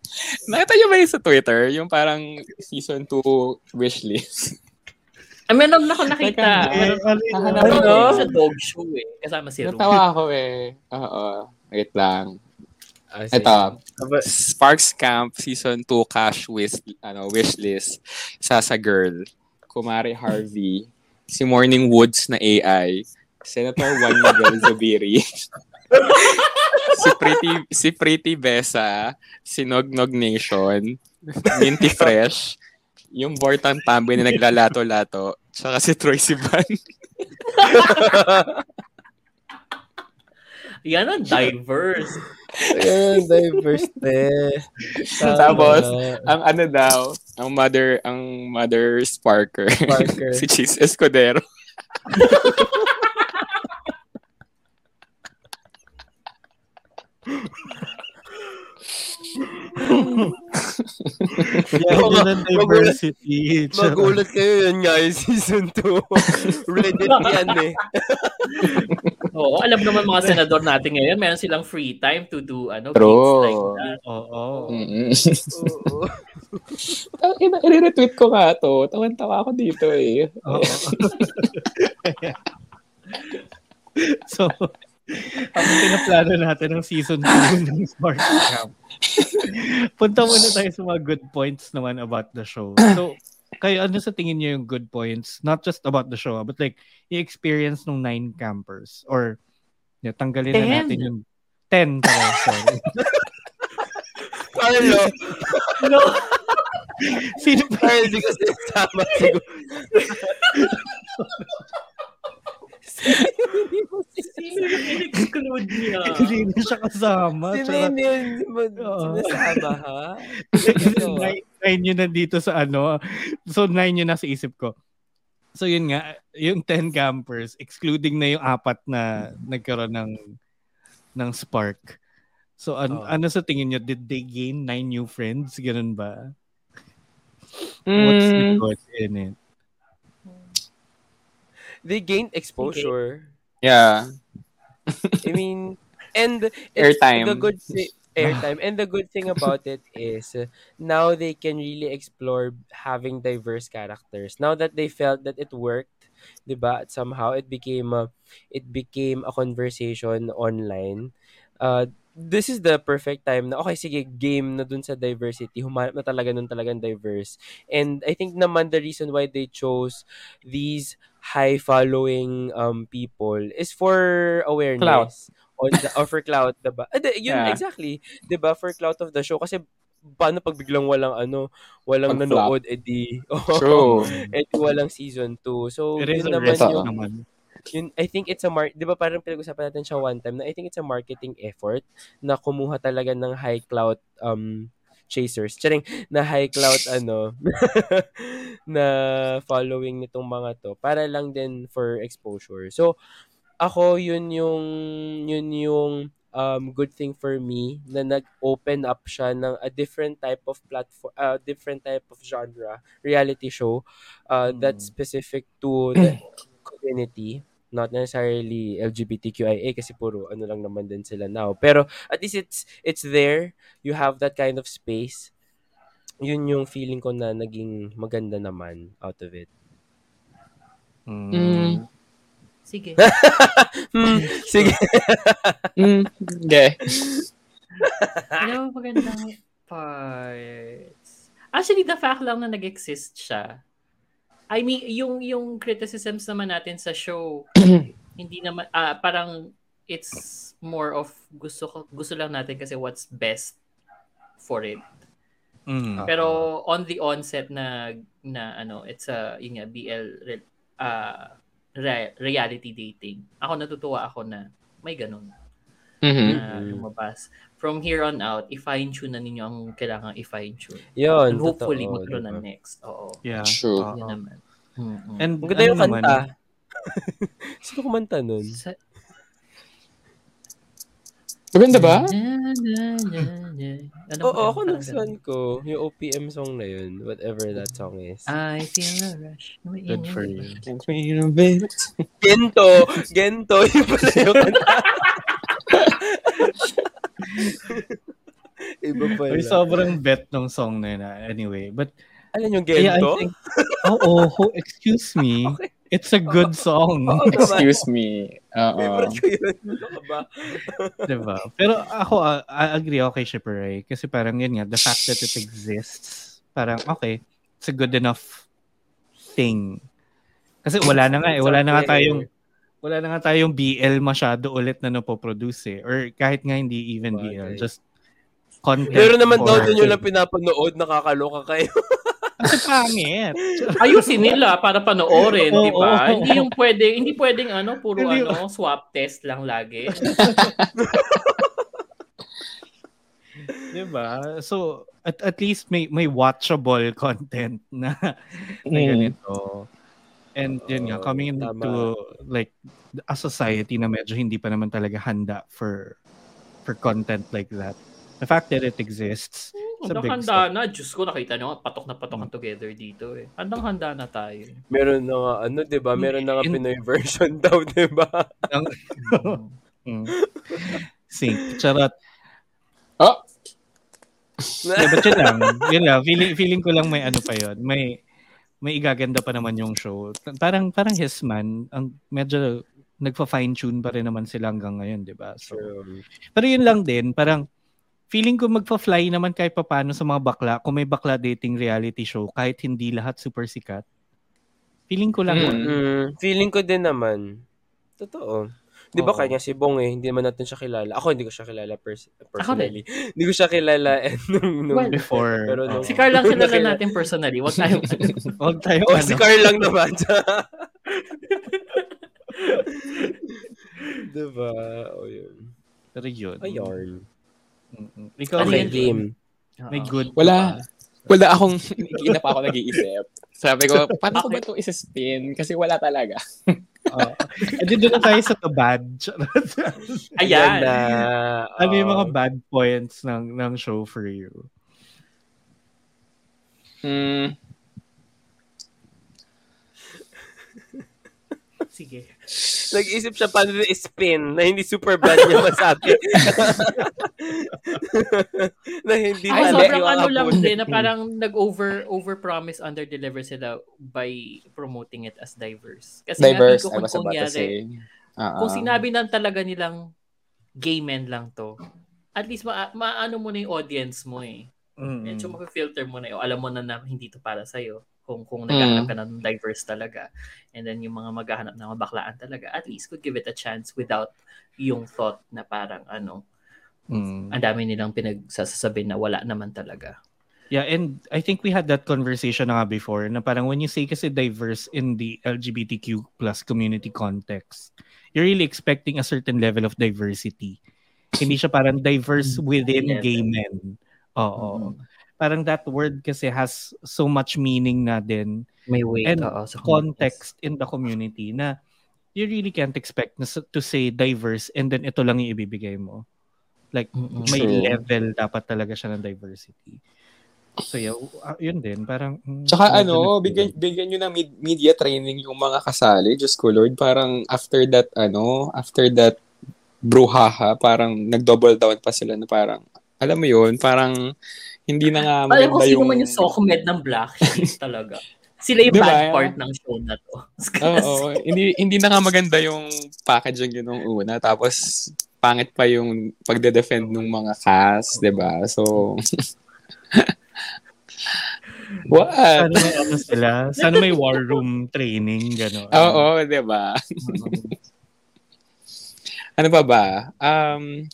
Nakita niyo ba yun sa Twitter? Yung parang season 2 wishlist.
ah, meron ako nakita
Teka,
meron
Ano?
ako nakita sa dog show eh kasama si Ruth
Natawa ako eh. Oo. Wait lang. Ito. Sparks Camp Season 2 cash wish, ano, wish list. Sasa Girl. Kumari Harvey. si Morning Woods na AI. Senator Juan Miguel Zubiri. si Pretty si Pretty Besa, si Nognog Nation, Minty Fresh, yung Bortan Pambe na naglalato-lato, tsaka si Troy Sivan.
yan ang diverse
Ayan, diverse te.
Tapos, ang ano daw, ang mother, ang mother sparker.
Sparker.
si Cheese Escudero.
yeah,
Mag-
yun ang diversity.
magulat kayo yun nga yung season 2. Reddit yan eh.
oo alam naman mga senador natin ngayon meron silang free time to do ano
True.
gigs like that
Oo.
Mm-mm.
Oo.
I-retweet ko nga to. Tawan-tawa ako dito eh.
Oo. so, ang pinaplano natin ng season 2 ng Smart Camp. Punta muna tayo sa mga good points naman about the show. So, kayo, ano sa tingin niyo yung good points? Not just about the show, ah, but like, i-experience ng nine campers. Or, yeah, tanggalin
Ten.
na natin yung ten pala, sorry.
Carlo,
no
Sino ba
Carl, di ko sinasama siguro.
sino yung in-exclude niya
hindi na siya kasama?
Sino
Ah, Tsaka-
yun yun? Mag-
Oo.
Sinasama ha?
Kasi nine, nine yun nandito sa ano. So, nine yun nasa isip ko. So, yun nga, yung 10 campers, excluding na yung apat na nagkaroon ng ng spark. So, an-
Oo.
ano sa tingin nyo? Did they gain nine new friends? Ganun ba? What's the
Mm.
good in it?
They gained exposure.
Yeah.
I mean, and it's
Airtime.
The good thi- airtime. And the good thing about it is uh, now they can really explore having diverse characters. Now that they felt that it worked, 'di ba? At somehow it became a, it became a conversation online. Uh, this is the perfect time na okay sige game na dun sa diversity humanap na talaga nun talagang diverse and I think naman the reason why they chose these high following um people is for awareness
Clout.
on the, or for clout, diba? Ah, di- yun,
Yeah.
exactly. Diba? For clout of the show. Kasi paano pag biglang walang ano, walang
Pag-flop.
nanood, edi, oh,
True.
edi walang season 2. So,
It is
yun Oh,
a
naman
risk
result.
yung,
naman.
yun, I think it's a, mar- di ba parang pinag-usapan natin siya one time, na I think it's a marketing effort na kumuha talaga ng high cloud um, chasers. Charing, na high cloud ano, na following nitong mga to para lang din for exposure. So, ako yun yung yun yung um, good thing for me na nag-open up siya ng a different type of platform a different type of genre reality show uh, that's specific to the community not necessarily LGBTQIA kasi puro ano lang naman din sila now pero at least it's it's there you have that kind of space yun yung feeling ko na naging maganda naman out of it
Hmm.
Mm.
Sige.
Hmm, sige
Mm. Okay.
Alam mo, magandang parts. Actually, the fact lang na nag-exist siya. I mean, yung yung criticisms naman natin sa show, hindi naman, ah, parang it's more of gusto ko- gusto lang natin kasi what's best for it.
Mm.
Pero on the onset na na ano, it's a yun nga BL re- ah, re- reality dating. Ako natutuwa ako na may ganun
Hmm.
Mhm.
na
Mm.
lumabas. From here on out, i-fine tune na ninyo ang kailangan i-fine tune.
yun
And hopefully,
totoo,
magkaroon
diba?
ng next. Oo.
Yeah.
True.
Oh, Oo.
Yun naman. Mm-mm.
And
Ang ganda yung
ano naman,
kanta. Sino kumanta nun?
Sa-
Ano
Maganda ba?
Na, na, na, na. Ano
Oo,
ba yun?
ako
Parang
nagustuhan
ganun.
ko. Yung OPM song na yun. Whatever that song is.
I feel a rush.
Good for you.
Gento! Gento! Yung pala yung kanta. Iba pala.
Ay, sobrang bet ng song na yun. ah. Anyway, but
Alam yung
yeah, I
Gento?
think, oo, ho- excuse me. It's a good song,
Oo naman.
Excuse me. Oo.
Favorite ko yun. Ano ka ba?
'di ba? Pero ako ah, I agree ako kay Shipper Ray kasi parang yun nga the fact that it exists, parang okay, it's a good enough thing. Kasi wala na nga eh, wala na nga tayong wala na nga tayong BL masyado ulit na napoproduce eh. Or kahit nga hindi even BL,
Bagay.
just content.
Pero naman daw
or-
doon yung lang pinapanood, nakakaloka kayo.
Kasi pangit.
Ayusin nila para panoorin,
Oo,
di ba?
oo.
Hindi yung pwede, hindi pwedeng ano, puro
Hindi-
ano, swab test lang lagi.
'Di ba? So at at least may may watchable content na na
Mm.
ganito. And
Oo,
yun nga, coming
tama.
into like a society na medyo hindi pa naman talaga handa for for content like that. The fact that it exists, It's a big
Handang-handa na. Diyos ko, nakita nyo, patok na patok ang together dito eh. Handang-handa na tayo.
Meron na nga, ano, diba? Meron na nga
In-
Pinoy version daw, diba?
Mm.
mm, sync. Charot.
Oh,
Yeah, but yun lang. Yun lang. Feeling, feeling ko lang may ano pa yun. May may igaganda pa naman yung show. Parang parang his man, ang medyo nagfa-fine tune pa rin naman sila hanggang ngayon, 'di ba? So,
True.
Pero yun lang din, parang feeling ko magpa-fly naman kahit papano sa mga bakla kung may bakla dating reality show kahit hindi lahat super sikat. Feeling ko lang.
Mm.
Mm, feeling ko din naman. Totoo. Di ba
Oo.
kanya si Bong eh, hindi naman natin siya kilala. Ako hindi ko siya kilala pers- personally.
rin.
Hindi ko siya kilala eh, nung, nung
Well,
Before.
Pero
oh,
nung-
Si Carl lang kilala natin personally. Wag tayong
Huwag tayo,
Oh,
ano,
si Carl lang naman. di ba? O yun.
pero yun.
Ayun.
Mm-mm. Ikaw,
Ano
Okay,
yun?
may,
game.
may good.
wala. Wala akong, hindi pa ako nag-iisip. Sabi ko, paano ko ba ito isa-spin? Kasi wala talaga.
Oh. Adi doon na tayo sa the bad. Charot.
Yan na.
Ayan.
ano yung mga
Oh.
bad points ng ng show for you?
Mm.
Sige.
Nag-isip siya paano na spin na hindi super bad niya masabi. na hindi
Ay,
pala
sobrang
yung
ano lang
aabutin.
din na parang nag-over over promise under deliver sila by promoting it as diverse. Kasi nga,
Diverse,
tingko
I was about to
kunyari,
say. Oo.
Kung sinabi na talaga nilang gay men lang to, at least ma- maano mo na yung audience mo eh.
Hmm.
And so, mapifilter mo na yun. Alam mo na na hindi to para sa'yo. Kung, kung naghahanap ka ng diverse talaga. And then, yung mga maghahanap ng mga baklaan talaga, at least could give it a chance without yung thought na parang ano,
Mm.
Ang dami nilang pinagsasabi na wala naman talaga.
Yeah, and I think we had that conversation na nga before na parang when you say kasi diverse in the LGBTQ plus community context, you're really expecting a certain level of diversity. Hindi siya parang diverse within
Level.
gay men.
Mm-hmm.
Oo. Parang that word kasi has so much meaning na din
May weight.
And
oo, sa
context in the community na you really can't expect na s- to say diverse and then ito lang yung ibibigay mo. Like,
Mm-mm.
may
True.
level dapat talaga siya ng diversity. So, yeah, w- ah, yun din. Parang... mm,
Tsaka
medyo
ano,
nag-
bigyan, bigyan nyo ng med- media training yung mga kasali, Diyos ko Lord. Parang after that, ano, after that bruhaha, parang nag-double down pa sila na parang, alam mo yun, parang hindi na nga
Alam
maganda
ko sino
yung...
man yung Sokmed ng Black Sheep talaga. Sila yung
Diba?
bad part ng show na to.
Oo, hindi, hindi na nga maganda yung packaging yun nung una. Tapos, pangit pa yung pagde-defend ng mga cast, di ba? So, what?
Sana may ano sila. Sana may war room training, gano'n.
Oo, di ba? Ano pa ba? Um,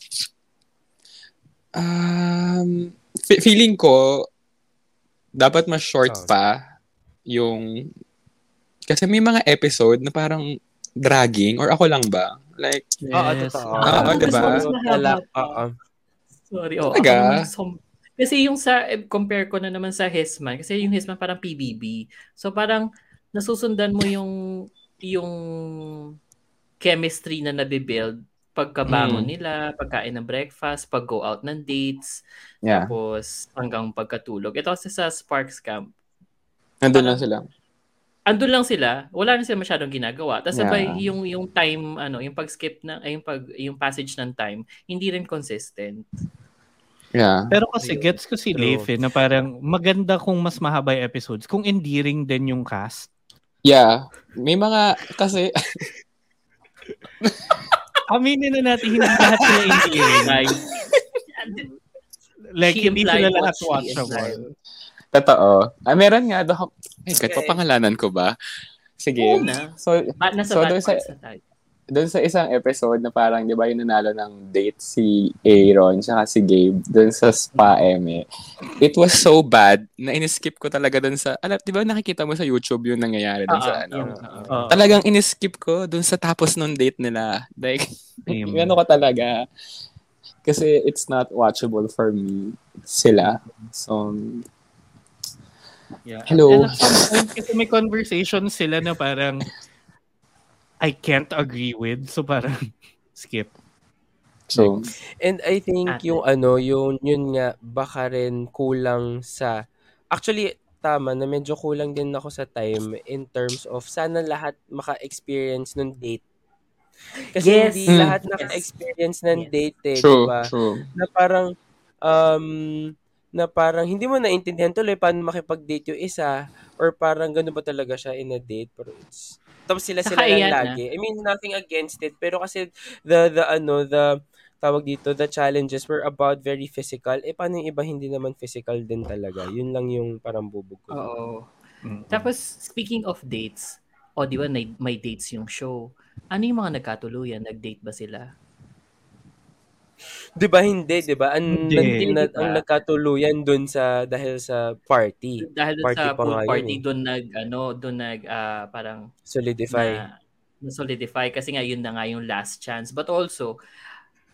um, fe- feeling ko, dapat mas short
Oh.
pa yung... Kasi may mga episode na parang dragging or ako lang ba? Like,
Oo, totoo.
Ah, Oo, diba?
mas mahaba
Wala,
pa.
oo.
Sorry, oh.
Talaga?
kasi yung sa, eh, compare ko na naman sa Hisman, kasi yung Hisman parang PBB. So parang nasusundan mo yung, yung chemistry na nabibuild pagkabangon
Mm.
nila, pagkain ng breakfast, pag-go out ng dates,
yeah.
tapos hanggang pagkatulog. Ito kasi sa Sparks Camp,
Nandun lang sila.
andun lang sila, wala na sila masyadong ginagawa. Tapos
Yeah.
sabay yung yung time ano, yung pag-skip ng ay, yung pag yung passage ng time, hindi rin consistent.
Yeah.
Pero kasi
Ayun.
gets ko si
True.
Leif eh, na parang maganda kung mas mahaba yung episodes kung endearing din yung cast.
Yeah. May mga, kasi,
Aminin na natin hindi lahat sila endearing.
Like,
Like,
She
hindi sila
implied what
lahat
she
watchable.
totoo. Ah, meron nga, doc. Ay, God, papangalanan ko ba?
Oo
Sige.
na.
So,
Ba, nasa
So,
bad
doon sa-
parts na tayo.
doon sa isang episode na parang, di ba, yung nanalo ng date si Aaron tsaka si Gabe doon sa spa eme. It was so bad na in-skip ko talaga doon sa, alam, di ba nakikita mo sa YouTube yung nangyayari doon
Oo,
sa ano?
Ah, yun.
Oo.
Talagang in-skip ko doon sa tapos nung date nila. Like,
Same.
ano ko talaga. Kasi it's not watchable for me. Sila. So,
Yeah.
Hello.
And at some point, kasi may conversation sila na parang I can't agree with. So parang skip.
so,
And I think
Ate.
yung ano, yung yun nga baka rin kulang sa Actually tama na medyo kulang din ako sa time in terms of sana lahat maka-experience ng date. Kasi
Yes.
hindi
Mm.
lahat naka-experience ng
Yes.
date eh,
true,
diba?
true.
na parang um na parang hindi mo naintindihan tuloy paano makipag-date yung isa or parang ganun ba talaga siya in a date pero it's tapos sila
Saka
sila lang
ayan na.
lagi. I mean nothing against it pero kasi the the ano the tawag dito the challenges were about very physical eh paano yung iba hindi naman physical din talaga yun lang yung parang bubog ko
Oo.
Mm.
Tapos, speaking of dates, o di ba, may, may dates yung show. Ano yung mga nagkatuluyan? Nag-date ba sila?
'di ba hindi 'di ba ang,
Hindi.
nag- na-
Hindi
ang
ba?
nagkatuluyan dun sa dahil sa party
Dahil dun
Party
sa
pa nga
pool
yun
party,
eh.
doon nag, ano, doon nag, ah, parang,
solidify
na, na solidify kasi nga yun na nga yung last chance. But also,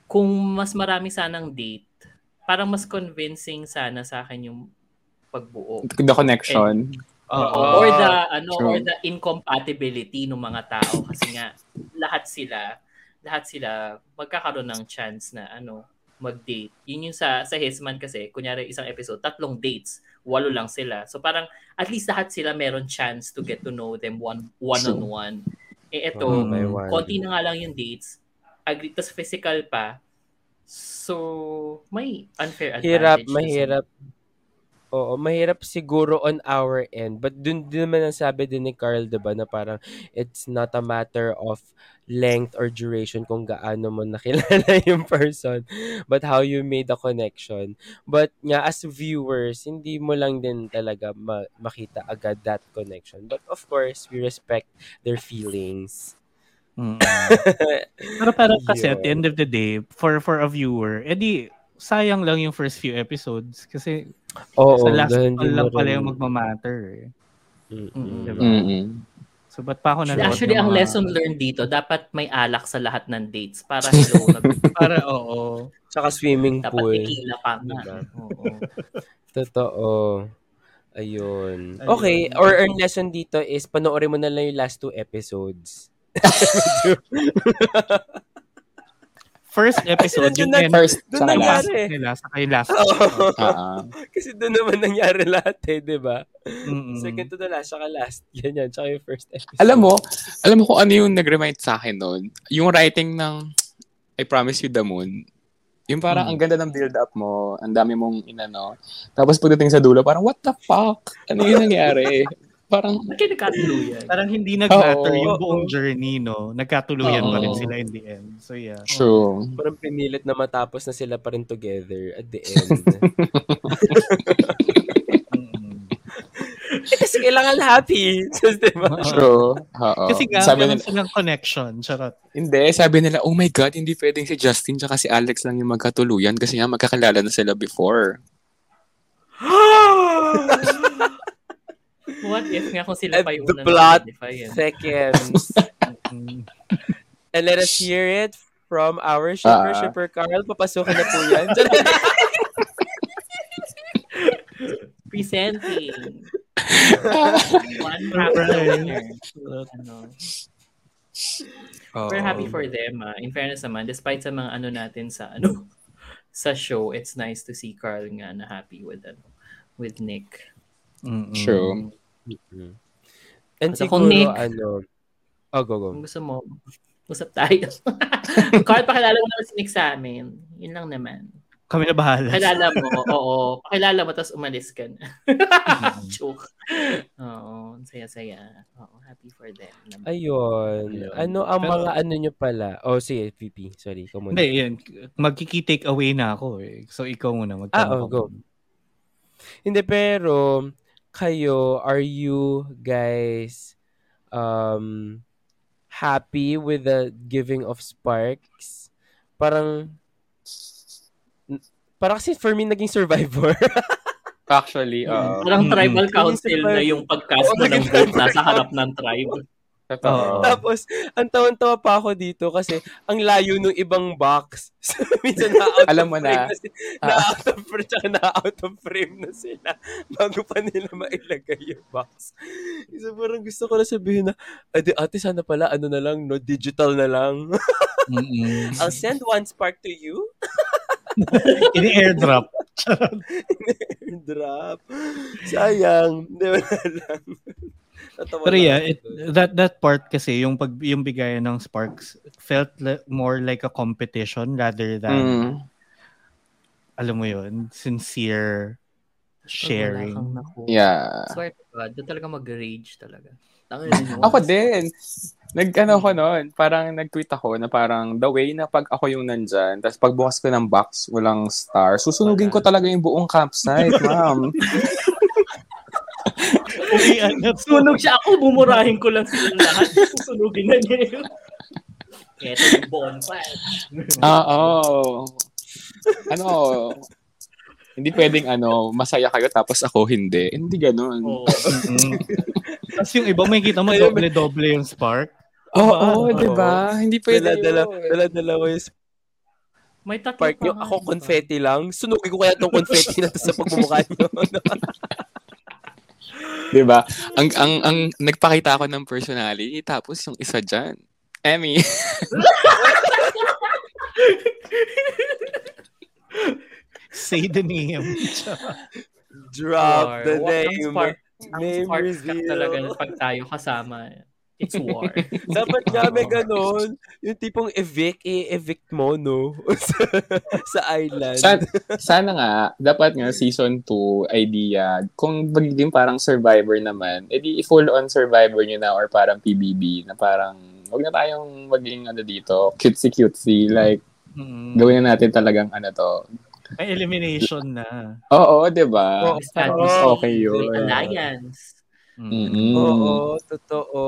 kung mas marami sanang date, parang mas convincing sana sa akin yung pagbuo.
The connection.
Ah,
Oo.
Or the ano
True.
or the incompatibility ng mga tao kasi nga lahat sila lahat sila magkakaroon ng chance na ano mag-date. Yun yung sa sa Hisman kasi kunyari isang episode tatlong dates, walo lang sila. So parang at least lahat sila meron chance to get to know them one one on one. Eh eto,
One by
Mm.
one.
konti na nga lang yung dates. Agree, tas physical pa. So, may unfair
Hirap,
advantage. kasi-
mahirap. Oo, mahirap siguro on our end. But dun din naman ang sabi din ni Carl, di ba, na parang it's not a matter of length or duration kung gaano mo nakilala yung person, but how you made the connection. But nga, as viewers, hindi mo lang din talaga ma- makita agad that connection. But of course, we respect their feelings.
Pero parang
Yun.
kasi at the end of the day, for for a viewer, edi sayang lang yung first few episodes kasi
Oo,
sa last
dahil
one
di
lang
mo
pala
rin-
yung magmamatter. Eh.
Mm-mm.
Diba?
Mm-mm.
So ba't pa ako nanood
Actually,
ng
ang
mga-
lesson learned dito, dapat may alak sa lahat ng dates para slow na.
Para oo.
Tsaka swimming
dapat
pool.
tequila pa nga.
Diba?
Oo.
Totoo. Ayun.
Ayun.
Okay, or our lesson dito is panoorin mo na lang yung last two episodes.
First episode,
Yun
yung
na-
end
First, sa
Doon nangyari.
last.
last nila, saka yung last.
Ah, ah.
Kasi doon naman nangyari lahat eh, di ba?
Mm-mm.
Second to the last, tsaka last. Ganyan, tsaka yung first episode.
alam mo, alam mo kung ano yung nag-remind sa akin noon? Yung writing ng I Promise You the Moon, yung parang
Mm.
ang ganda ng build-up mo, ang dami mong inano, tapos pagdating sa dulo, parang what the fuck? Ano yung nangyari? parang,
Ba't kayo nagkatuluyan?
Parang hindi
Oo.
nag-matter yung buong journey, no? Nagkatuluyan pa rin
Oo.
sila in the end. So yeah.
true.
Parang pinilit na matapos na sila pa rin together at the end.
Mm-mm.
eh, kasi kailangan happy. Just, di ba?
True. Oo.
Kasi nga,
sabi
meron
nila,
silang connection. Charot.
hindi, sabi nila, oh my God, hindi pwedeng si Justin tsaka si Alex lang yung magkatuluyan kasi nga magkakalala na sila before.
What if nga kung sila pa yung unang
The plot.
na-identify, eh.
Seconds.
Mm.
And let us hear it from our
Ah.
shipper, shipper Carl. Papasukin na po yan.
Presenting. One half the
Right.
winner. Ano.
Oh.
We're happy for them. ah. In fairness naman, despite sa mga ano natin sa ano sa show, it's nice to see Carl nga na happy with ano, with Nick. Um,
Mm-mm.
True.
And
At
siguro,
ako, Nick.
ano, oh, go, go.
Kung gusto mo, usap tayo. Carl, pakilala mo naman si Nick sa amin. Yun lang naman.
Kami na bahala.
Pakilala mo, oo. Pakilala mo, tapos umalis ka na. Joke. Oo, ang saya-saya. Oo, happy for them. naman.
Ayun.
Ayun.
Ano ang
Pero-
mga ano nyo pala? Oh, sige, VP. Sorry, ikaw muna.
Hindi, yun. Magkiki-take away na ako eh. So, ikaw muna.
Ah,
Magtanong
oh, go. Hindi, pero kayo, are you guys um happy with the giving of sparks? Parang parang kasi for me naging survivor.
Actually, oo.
Parang
Mm-mm.
tribal council
Yung
na yung pagcast mo ng vote nasa harap ng tribe.
Totoo.
Tapos, ang tawan-tawa pa ako dito kasi ang layo ng ibang box. So, minsan na out
Alam
of
mo
frame
na. Ah.
na. si- na out of frame, tsaka na out of frame na sila bago pa nila mailagay yung box. So, parang gusto ko na sabihin na, ate, ate, sana pala, ano na lang, no, digital na lang.
Mm-mm.
I'll send one spark to you.
Ini-airdrop.
Drop. Sayang. Hindi mo na lang. Tatawa
Pero
na
yeah,
ako
it,
dun.
that that part kasi yung pag yung bigayan ng sparks felt li- more like a competition rather than
Mm.
alam mo yun, sincere sharing.
Yeah.
Swear to God, doon talaga mag-rage talaga. Tangin mo.
Ako din. Nag, ano ko noon, parang nag-tweet ako na parang the way na pag ako yung nandyan, tapos pag bukas ko ng box, walang star, susunugin ko talaga yung buong campsite, ma'am.
Uwi ano to?
Sunog siya ako, bumurahin ko lang silang lahat. Susunugin na niya yun. Eto yung bonfire. Um,
Oo. Ano, hindi pwedeng ano, masaya kayo tapos ako hindi. Hindi ganun.
Oo.
Mm. Tapos yung iba, may kita mo,
Ayun,
doble-doble yung spark.
Oo,
Oo.
di ba? Hindi pwede
Dala-dala,
yun.
dala-dalawa yung
May tatlo
park
pa
nyo.
nga,
Ako,
di ba?
confetti lang. Sunugin ko kaya tong confetti na to sa pagmumukha nyo.
Di ba? Ang, ang, ang, nagpakita ako ng personality, tapos yung isa dyan, Emmy.
Say the name.
Drop
War.
the
Wa- ang
name.
spark- Ang
name
spark ka
reveal.
talaga na pag tayo kasama. It's war.
Dapat nga may ganun. Yung tipong evict, i-evict mo, no? sa, sa island.
San- sana nga, dapat nga season 2 idea, ah, kung magiging parang survivor naman, edi i-full on survivor nyo na or parang PBB na parang wag na tayong maging ano dito, cutesy-cutesy. Like,
Mm.
gawin na natin talagang ano to.
May elimination na.
Oo, di ba?
Oo.
Establish
Mas okay
the
yun.
alliance.
Mm-mm.
Oo, totoo.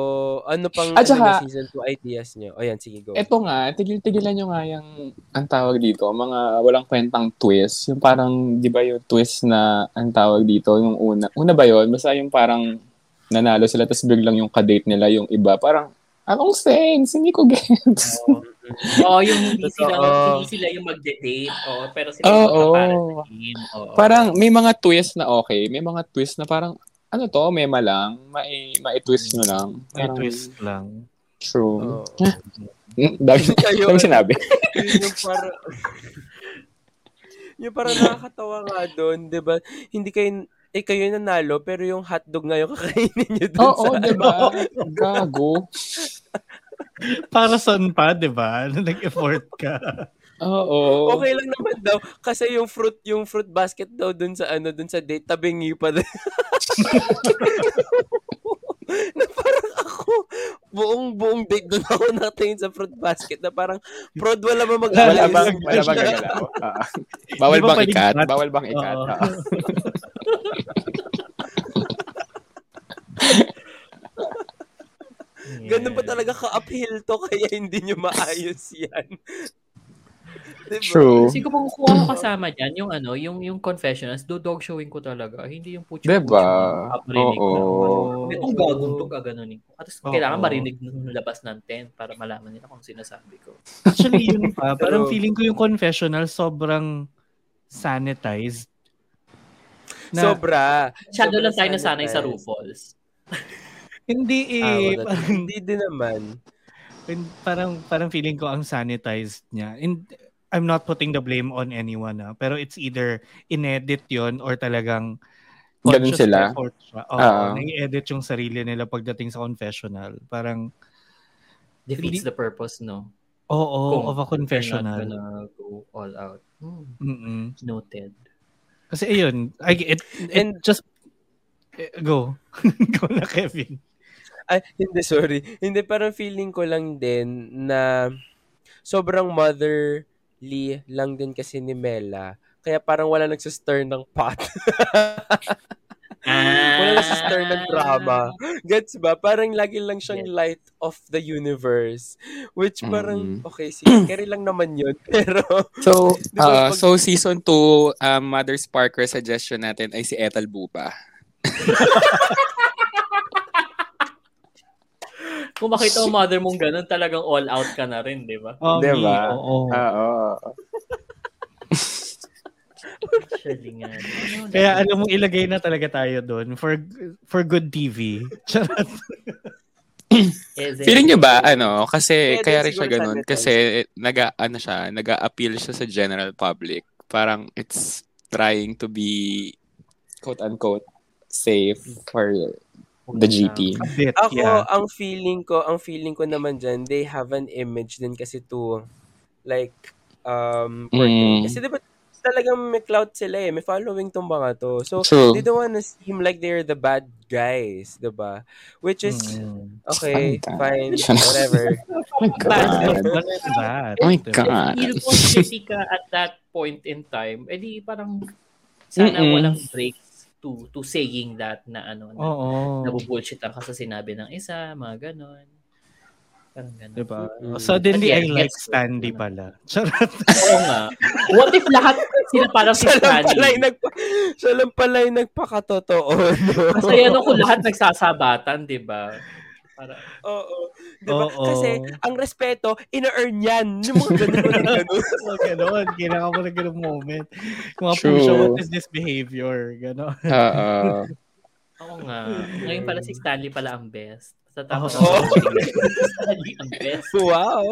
Ano
Hmm.
pang
At
ano
saka-
na season 2 ideas nyo? O yan, sige, go.
Ito nga, tigil-tigilan nyo nga yung, ang tawag dito, mga walang kwentang twist. Yung parang, di ba yung twist na, ang tawag dito, yung una. Una ba yun? Basta yung parang nanalo sila, tapos biglang yung kadate nila, yung iba. Parang, anong sense? Hindi ko gets.
Oo, yung hindi sila,
Totoo.
hindi sila yung magde-date. Oo, pero sila
Oo.
yung para sa game. Oo.
Parang, may mga twist na okay. May mga twist na parang, ano to, mema lang. Mai, mai-twist nyo lang.
May
Parang,
twist lang.
True.
Oo.
Mm, Dami,
Ayun.
dami sinabi.
yung para yung para nakakatawa nga doon, 'di ba? Hindi kayo eh kayo nanalo pero yung hotdog ngayon kakainin niyo doon
Oo,
sa
di ba? Gago.
Para saan pa, di ba? Nag-effort ka.
Oo.
Okay lang naman daw kasi yung fruit yung fruit basket daw doon sa ano doon sa date tabingi pa daw. na parang ako buong buong date doon ako natingin sa fruit basket na parang prod wala ba mag
Wala bang, wala bang
Wala.
gagalaw? Ah. bawal
Di ba
bang
pwedeng
ikat?
ikat?
Bawal bang ikat?
Oo.
Ah.
Yeah.
Ganun pa talaga ka-uphill to kaya hindi nyo maayos yan. Diba?
True.
Kasi kung kukuha ko kasama dyan, yung ano, yung yung confessionals, do dog showing ko talaga. Hindi yung pucho.
Diba? Oo.
May kung gagawin to gaganunin ko. At
Oo.
kailangan marinig ng labas ng tent para malaman nila kung sinasabi ko.
Actually, yun pa. Parang
Pero-
feeling ko yung confessional sobrang sanitized. Na,
Sobra.
Masyado
Sobrang
lang tayo nasanay sa
sanitized.
RuPaul's.
hindi
Ah,
eh.
wala.
parang,
hindi din naman.
When- parang parang feeling ko ang sanitized niya. And I'm not putting the blame on anyone ah, pero it's either inedit 'yon or talagang
Ganun
conscious
sila.
effort siya. Oo,
Oo.
nag-edit yung sarili nila pagdating sa confessional. Parang
Defeats
Hindi-
the purpose, no?
oo,
Kung
of a
You're
confessional.
not gonna go all out. Hmm,
Mm-mm.
noted.
Kasi ayun, I, it, it
And-
just eh, go. go na Kevin.
Ay, hindi, sorry. Hindi, parang feeling ko lang din na sobrang motherly lang din kasi ni Mela. Kaya parang wala nagsistir ng pot.
Ah.
wala nagsistir ng drama. Gets ba? Parang lagi lang siyang light of the universe. Which parang, okay, sige, carry lang naman yun. Pero,
So,
Di
ah,
ba, pag-
so season 2, um, Mother's Parker suggestion natin ay si Ethel Bupa.
Kung makita mo mother mong ganun, talagang all out ka na rin, di ba?
Oh,
Diba?
Oo.
Oo.
Actually nga. Ano,
Kaya alam mo, ilagay na talaga tayo doon for for good TV. Charot.
Is it-
Feeling nyo ba, ano, kasi
Pwede,
kaya rin siya
siguro
ganun.
sanitized.
Kasi, naga, ano siya, naga-appeal siya sa general public. Parang, it's trying to be, quote-unquote, safe for the GT.
A bit,
Ako,
yeah.
ang feeling ko, ang feeling ko naman dyan, they have an image din kasi to, like, um, portray.
Mm.
Kasi diba, talagang may clout sila eh. May following tong mga to. So,
True.
they don't wanna seem like they're the bad guys, diba? Which is,
Mm.
okay,
Fanta.
fine, whatever.
Oh my God.
What is that?
Oh my
Diba?
God.
Feel ko shitty ka at that point in time, edi parang sana
Mm-mm.
walang breaks to to saying that na ano, na,
Oo.
nabubullshit ka sa sinabi ng isa, mga ganon. Parang ganon.
Diba?
Mm.
Suddenly,
But
I
yeah,
like
yes.
Stanley pala. Charot.
Oo nga. What if lahat sila parang si
siya lang pala
Stanley?
yung, nagpa, siya lang pala yung nagpakatotoo. No?
Kasi ano kung lahat nagsasabatan, di ba? Para,
Oo. Diba?
Oo.
Kasi, ang respeto, ina-earn yan. Yung mga ganun, mga ganun.
Mga ganon. Kailangan mo ng ganong moment. Mga
True.
puso, what is this behavior? Ganon.
Oo.
oo nga. Ngayon pala si Stanley pala ang best. Sa tama
Oo.
oh, si Stanley ang best.
Wow.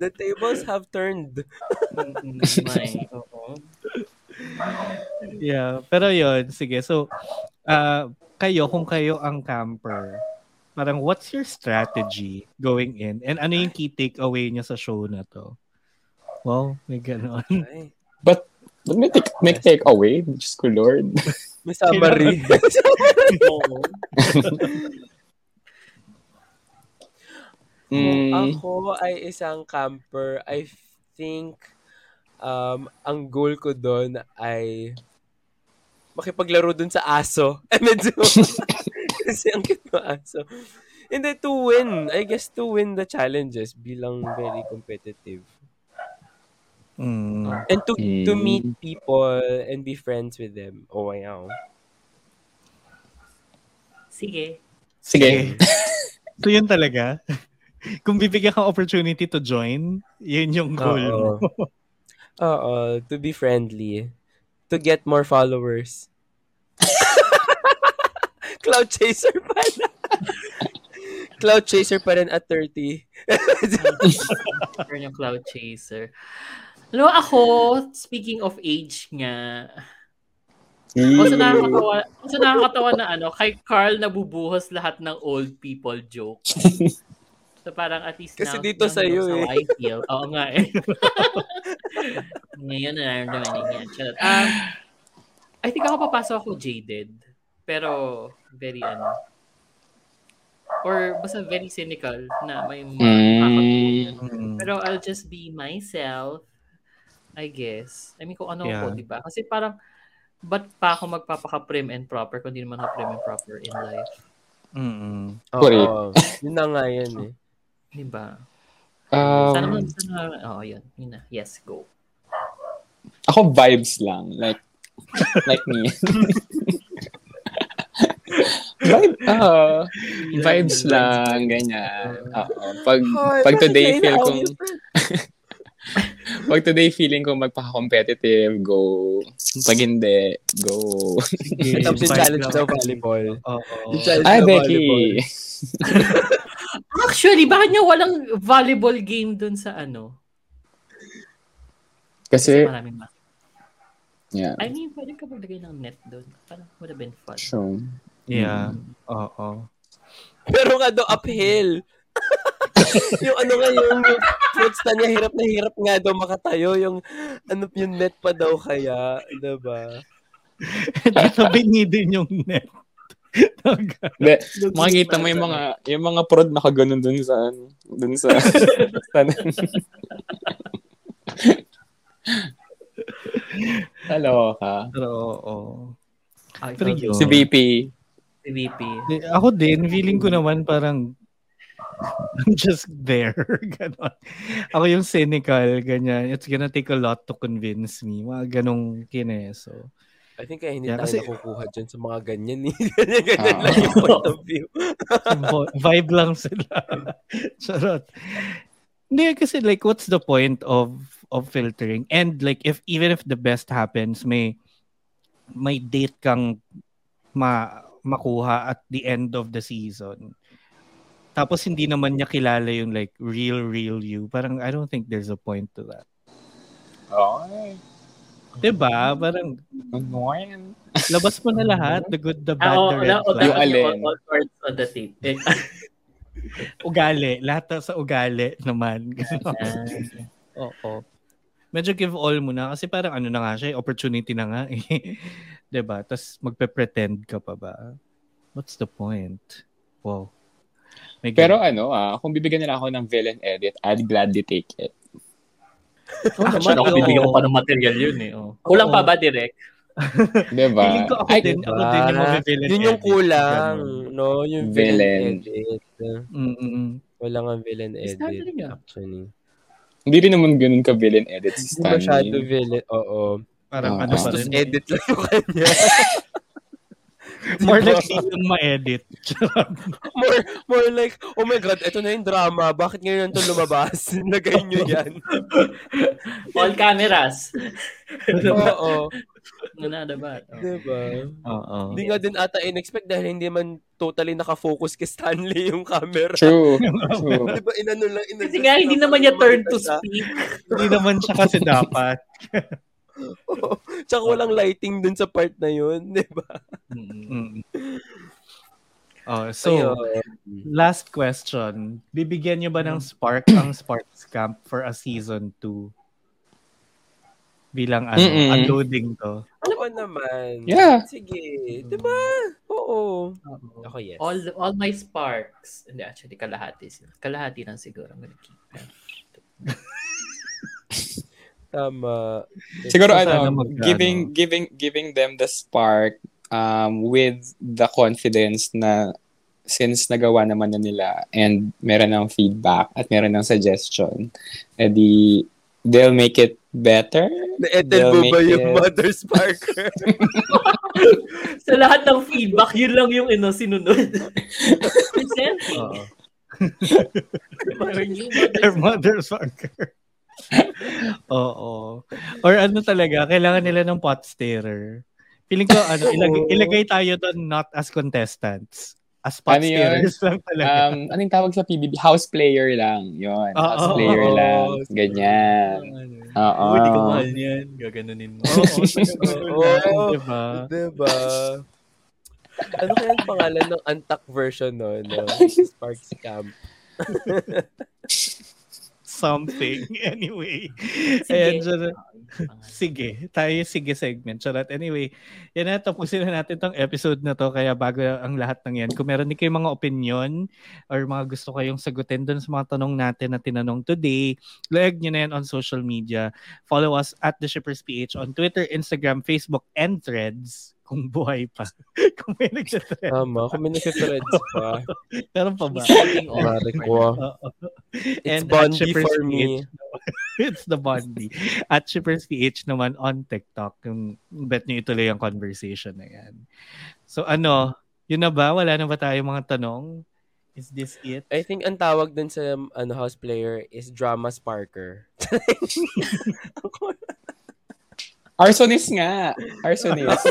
The tables have turned.
May, oo.
Yeah. Pero yun, sige. So, ah, kayo, kung kayo ang camper, parang what's your strategy going in? And ano yung key takeaway niya sa show na to? Wow, may ganon.
Ay,
But may take, may take away. Diyos ko, Lord.
may summary.
Oo.
Oh.
Mm,
Ako ay isang camper. I think um, ang goal ko doon ay makipaglaro dun sa aso. Eh, medyo, kasi ang cute ng aso. And then to win, I guess to win the challenges bilang very competitive.
Mm.
And to to
Mm.
meet people and be friends with them. Oh, wow.
Sige.
Sige.
So yun talaga. Kung bibigyan kang opportunity to join, yun yung goal mo.
Oo. Oo, to be friendly. To get more followers. Cloud chaser pa na. Cloud chaser pa rin at 30.
Turn yung cloud chaser. Alam mo, ako, speaking of age nga, also nakakatawa, also nakakatawa na ano, kay Carl nabubuhos lahat ng old people joke. So parang at least
Kasi
now- ano,
dito
now he
sa'yo
knows how
eh.
I feel. Oo nga eh. Ngayon na naramdaman niya. Charot. Um, I think ako papasok ako jaded. Pero very ano. Or basta very cynical na may mga
Mm.
Mm.
pero I'll just be myself, I guess. I mean, kung ano
Yeah.
ako, di ba? Kasi parang, ba't pa ako magpapaka-prim and proper kung di naman ako prim and proper in life?
Mm-mm.
Correct.
Oo. Yun na nga yan eh.
Di ba? sana
Um,
naman, sana, oo, yun. Yun na. Yes, go.
Ako vibes lang. Like, like me. Vibe, ah, vibes lang, ganyan. Oo. Pag, pag today feel kong, pag today feeling kong magpaka-competitive, go. Pag hindi, go.
Sige.
Tapos yung
Fight
challenge
lang.
daw volleyball.
Oo.
Yung challenge
Ay,
daw
Becky.
Actually, bakit niya walang volleyball game dun sa ano?
Kasi,
Maraming ma-
yeah.
I mean, pwede ka maglagay ng net dun. Parang would have been fun.
True.
Yeah. Oo.
Pero nga daw uphill. yung ano nga yung, yung fruits na niya, hirap na hirap nga daw makatayo. Yung ano yung net pa daw kaya, diba?
Dito binidin yung net. Talaga.
De, makikita mo yung mga, yung mga prod nakaganon dun sa, ano, dun sa, sa- Kaloka.
Pero oo.
Ah,
Pero
ikaw,
yun.
Si BP.
si VP.
Di- Ako din, feeling ko naman parang I'm just there. Ganon. Ako yung cynical, ganyan. It's gonna take a lot to convince me. Mga ganong kineso.
I think kaya hindi
Yeah,
tayo
kasi-
nakukuha dyan sa mga ganyan. eh. Ganyan-ganyan
Ah.
lang yung point of view.
Vo- vibe lang sila. Charot. Hindi, kasi like, what's the point of of filtering? And like, if even if the best happens, may may date kang ma makuha at the end of the season. Tapos hindi naman niya kilala yung like real real you. Parang I don't think there's a point to that.
Okay.
'Di ba? Diba? Parang
Annoying.
labas mo na lahat, the good, the bad,
Ah, oo, wala,
the red
wala,
flag.
Yung alin.
all- all cards on the table. Eh,
Ugali, lahat sa ugali naman. Oo. Medyo give all mo na kasi parang ano na nga siya, eh, opportunity na nga eh. 'Di ba? Tapos magpe-pretend ka pa ba? What's the point? Wow. May
Pero
ganun.
ano, ah, kung bibigyan nila ako ng villain edit, I'd gladly take it.
Oo naman,
Actually,
ako
oo.
bibigyan ko pa ng material yun eh. Oh. Kulang
Oo.
pa ba, Direk?
Diba?
Feeling ko ako
Ay,
din, ako din yung
Diba?
mabibilan.
Yun yung kulang, no? Yung villain,
Villain.
edit. Wala nga villain
Is that
edit,
yun nga?
actually.
hindi rin naman ganun ka villain edit si
Hindi masyado
Stanley.
villain, oo.
Parang
Oo.
ano pa
Bastos
rin.
edit lang yung kanya.
More like di yung ma-edit.
more, more like, oh my God, eto na yung drama. Bakit ngayon to lumabas? Lagay nyo yan.
All cameras.
Oo.
Ano na ba?
Diba?
Oo.
Hindi nga din ata in-expect dahil hindi man totally nakafocus kay Stanley yung camera.
True. True.
Diba, inano lang, inadjust
Kasi nga, hindi
lang
naman
para
niya turn to
makita siya.
speak.
Hindi naman siya kasi dapat.
Oo. Tsaka walang lighting dun sa part na yun, diba?
Mm. Oh, so
Ayun.
Last question. Bibigyan niyo ba ng
Hmm.
spark ang Sparks Camp for a season 2? Bilang ano,
Mm-mm.
unloading to.
Oo naman.
Yeah.
Sige. Diba? Oo. Ako yes.
All all my sparks. Hindi, actually, kalahati sila. Kalahati lang siguro. I'm gonna keep them.
Tama.
Siguro
Sana
ano,
magkano.
giving giving giving them the spark um with the confidence na since nagawa naman na nila and meron ng feedback at meron ng suggestion, edi they'll make it better.
Naetel mo
They'll
ba
make
yung
it.
Mother Sparker?
Sa lahat ng feedback, yun lang yung ano, sinunod. Presenting.
Oo.
Or new
Their
mothers.
motherfucker. Oo. Or ano talaga, kailangan nila ng pot stirrer. Feeling ko, ano, ilagay,
Oo.
ilagay tayo doon not as contestants. As pot
Ano yun?
stirrers lang talaga.
Um, anong tawag sa PBB? House player lang. Yun.
Oo,
House player
oo,
lang.
oo.
Ganyan. Oo.
Oh, hindi ko
ah.
mahal yan. Gaganunin mo. Oo,
Oo.
diba?
diba? Ano kaya ang pangalan ng antak version no? no? Sparks Camp.
Something. Anyway.
Sige.
Ayan, dyan- Sige, tayo yung sige segment. Charot. Anyway, yan na, tapusin na natin tong episode na to. Kaya bago ang lahat ng yan, kung meron din kayong mga opinion or mga gusto kayong sagutin dun sa mga tanong natin na tinanong today, lag nyo na yan on social media. Follow us at The Shippers PH on Twitter, Instagram, Facebook, and Threads kung buhay pa. kung may nagsa-thread.
Tama, kung may nagsitreds pa.
Meron pa ba?
He's holding
Oh,
on.
Mare ko. ah.
Oo.
It's
at
Bondi
Shippers
for me.
PH naman. It's the Bondi. At Shippers PH naman on TikTok. Yung bet nyo ituloy ang conversation na yan. So ano, yun na ba? Wala na ba tayo mga tanong? Is this it?
I think ang tawag dun sa ano house player is Drama Sparker.
Arsonist nga. Arsonist.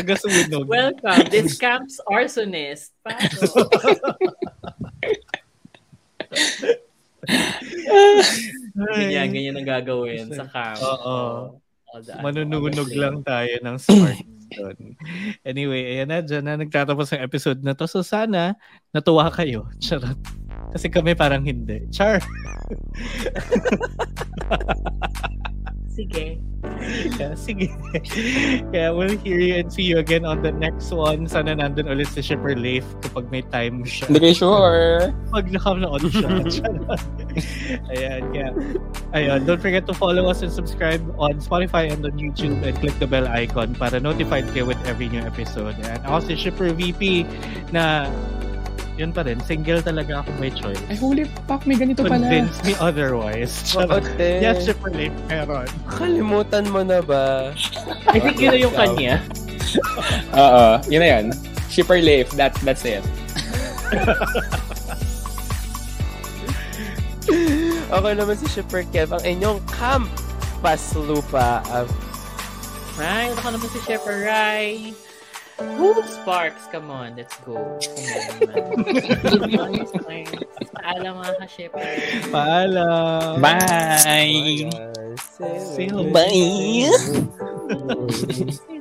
Tagasunog.
Welcome. This camp's arsonist. Paso. Ganyan, ganyan ang gagawin sa camp.
Oo.
All the-
Manununog lang tayo ng spark doon. Anyway, ayan na, dyan na nagtatapos ang episode na to. So sana, natuwa kayo. Charot. Kasi kami parang hindi. Char!
Sige.
Yeah, sige. Kaya we'll hear you and see you again on the next one. Sana nandun ulit si Shipper Leif kapag may time siya.
Hindi kayo sure.
Pag nakanood siya. ayan, kaya. Ayan, don't forget to follow us and subscribe on Spotify and on YouTube and click the bell icon para notified kayo with every new episode. And ako si Shipper VP na yun pa rin, single talaga ako may choice.
Ay, holy fuck, may ganito pala.
Convince me otherwise.
Oo,
Charot.
te.
Yes, Shipper Leif, meron.
Kalimutan mo na ba?
I think yun na yung kanya.
Oo, yun na yun. Shipper Leif, that, that's it.
Ako naman si Shipper Kev, ang inyong camp paslupa of
Right? Ako naman si Shepard Rai. Woo! Sparks, come on. Let's go. Come on, man. Sparks. Alam mo ka, Shepard.
Paalam!
Bye!
Ayan.
See you.
Bye!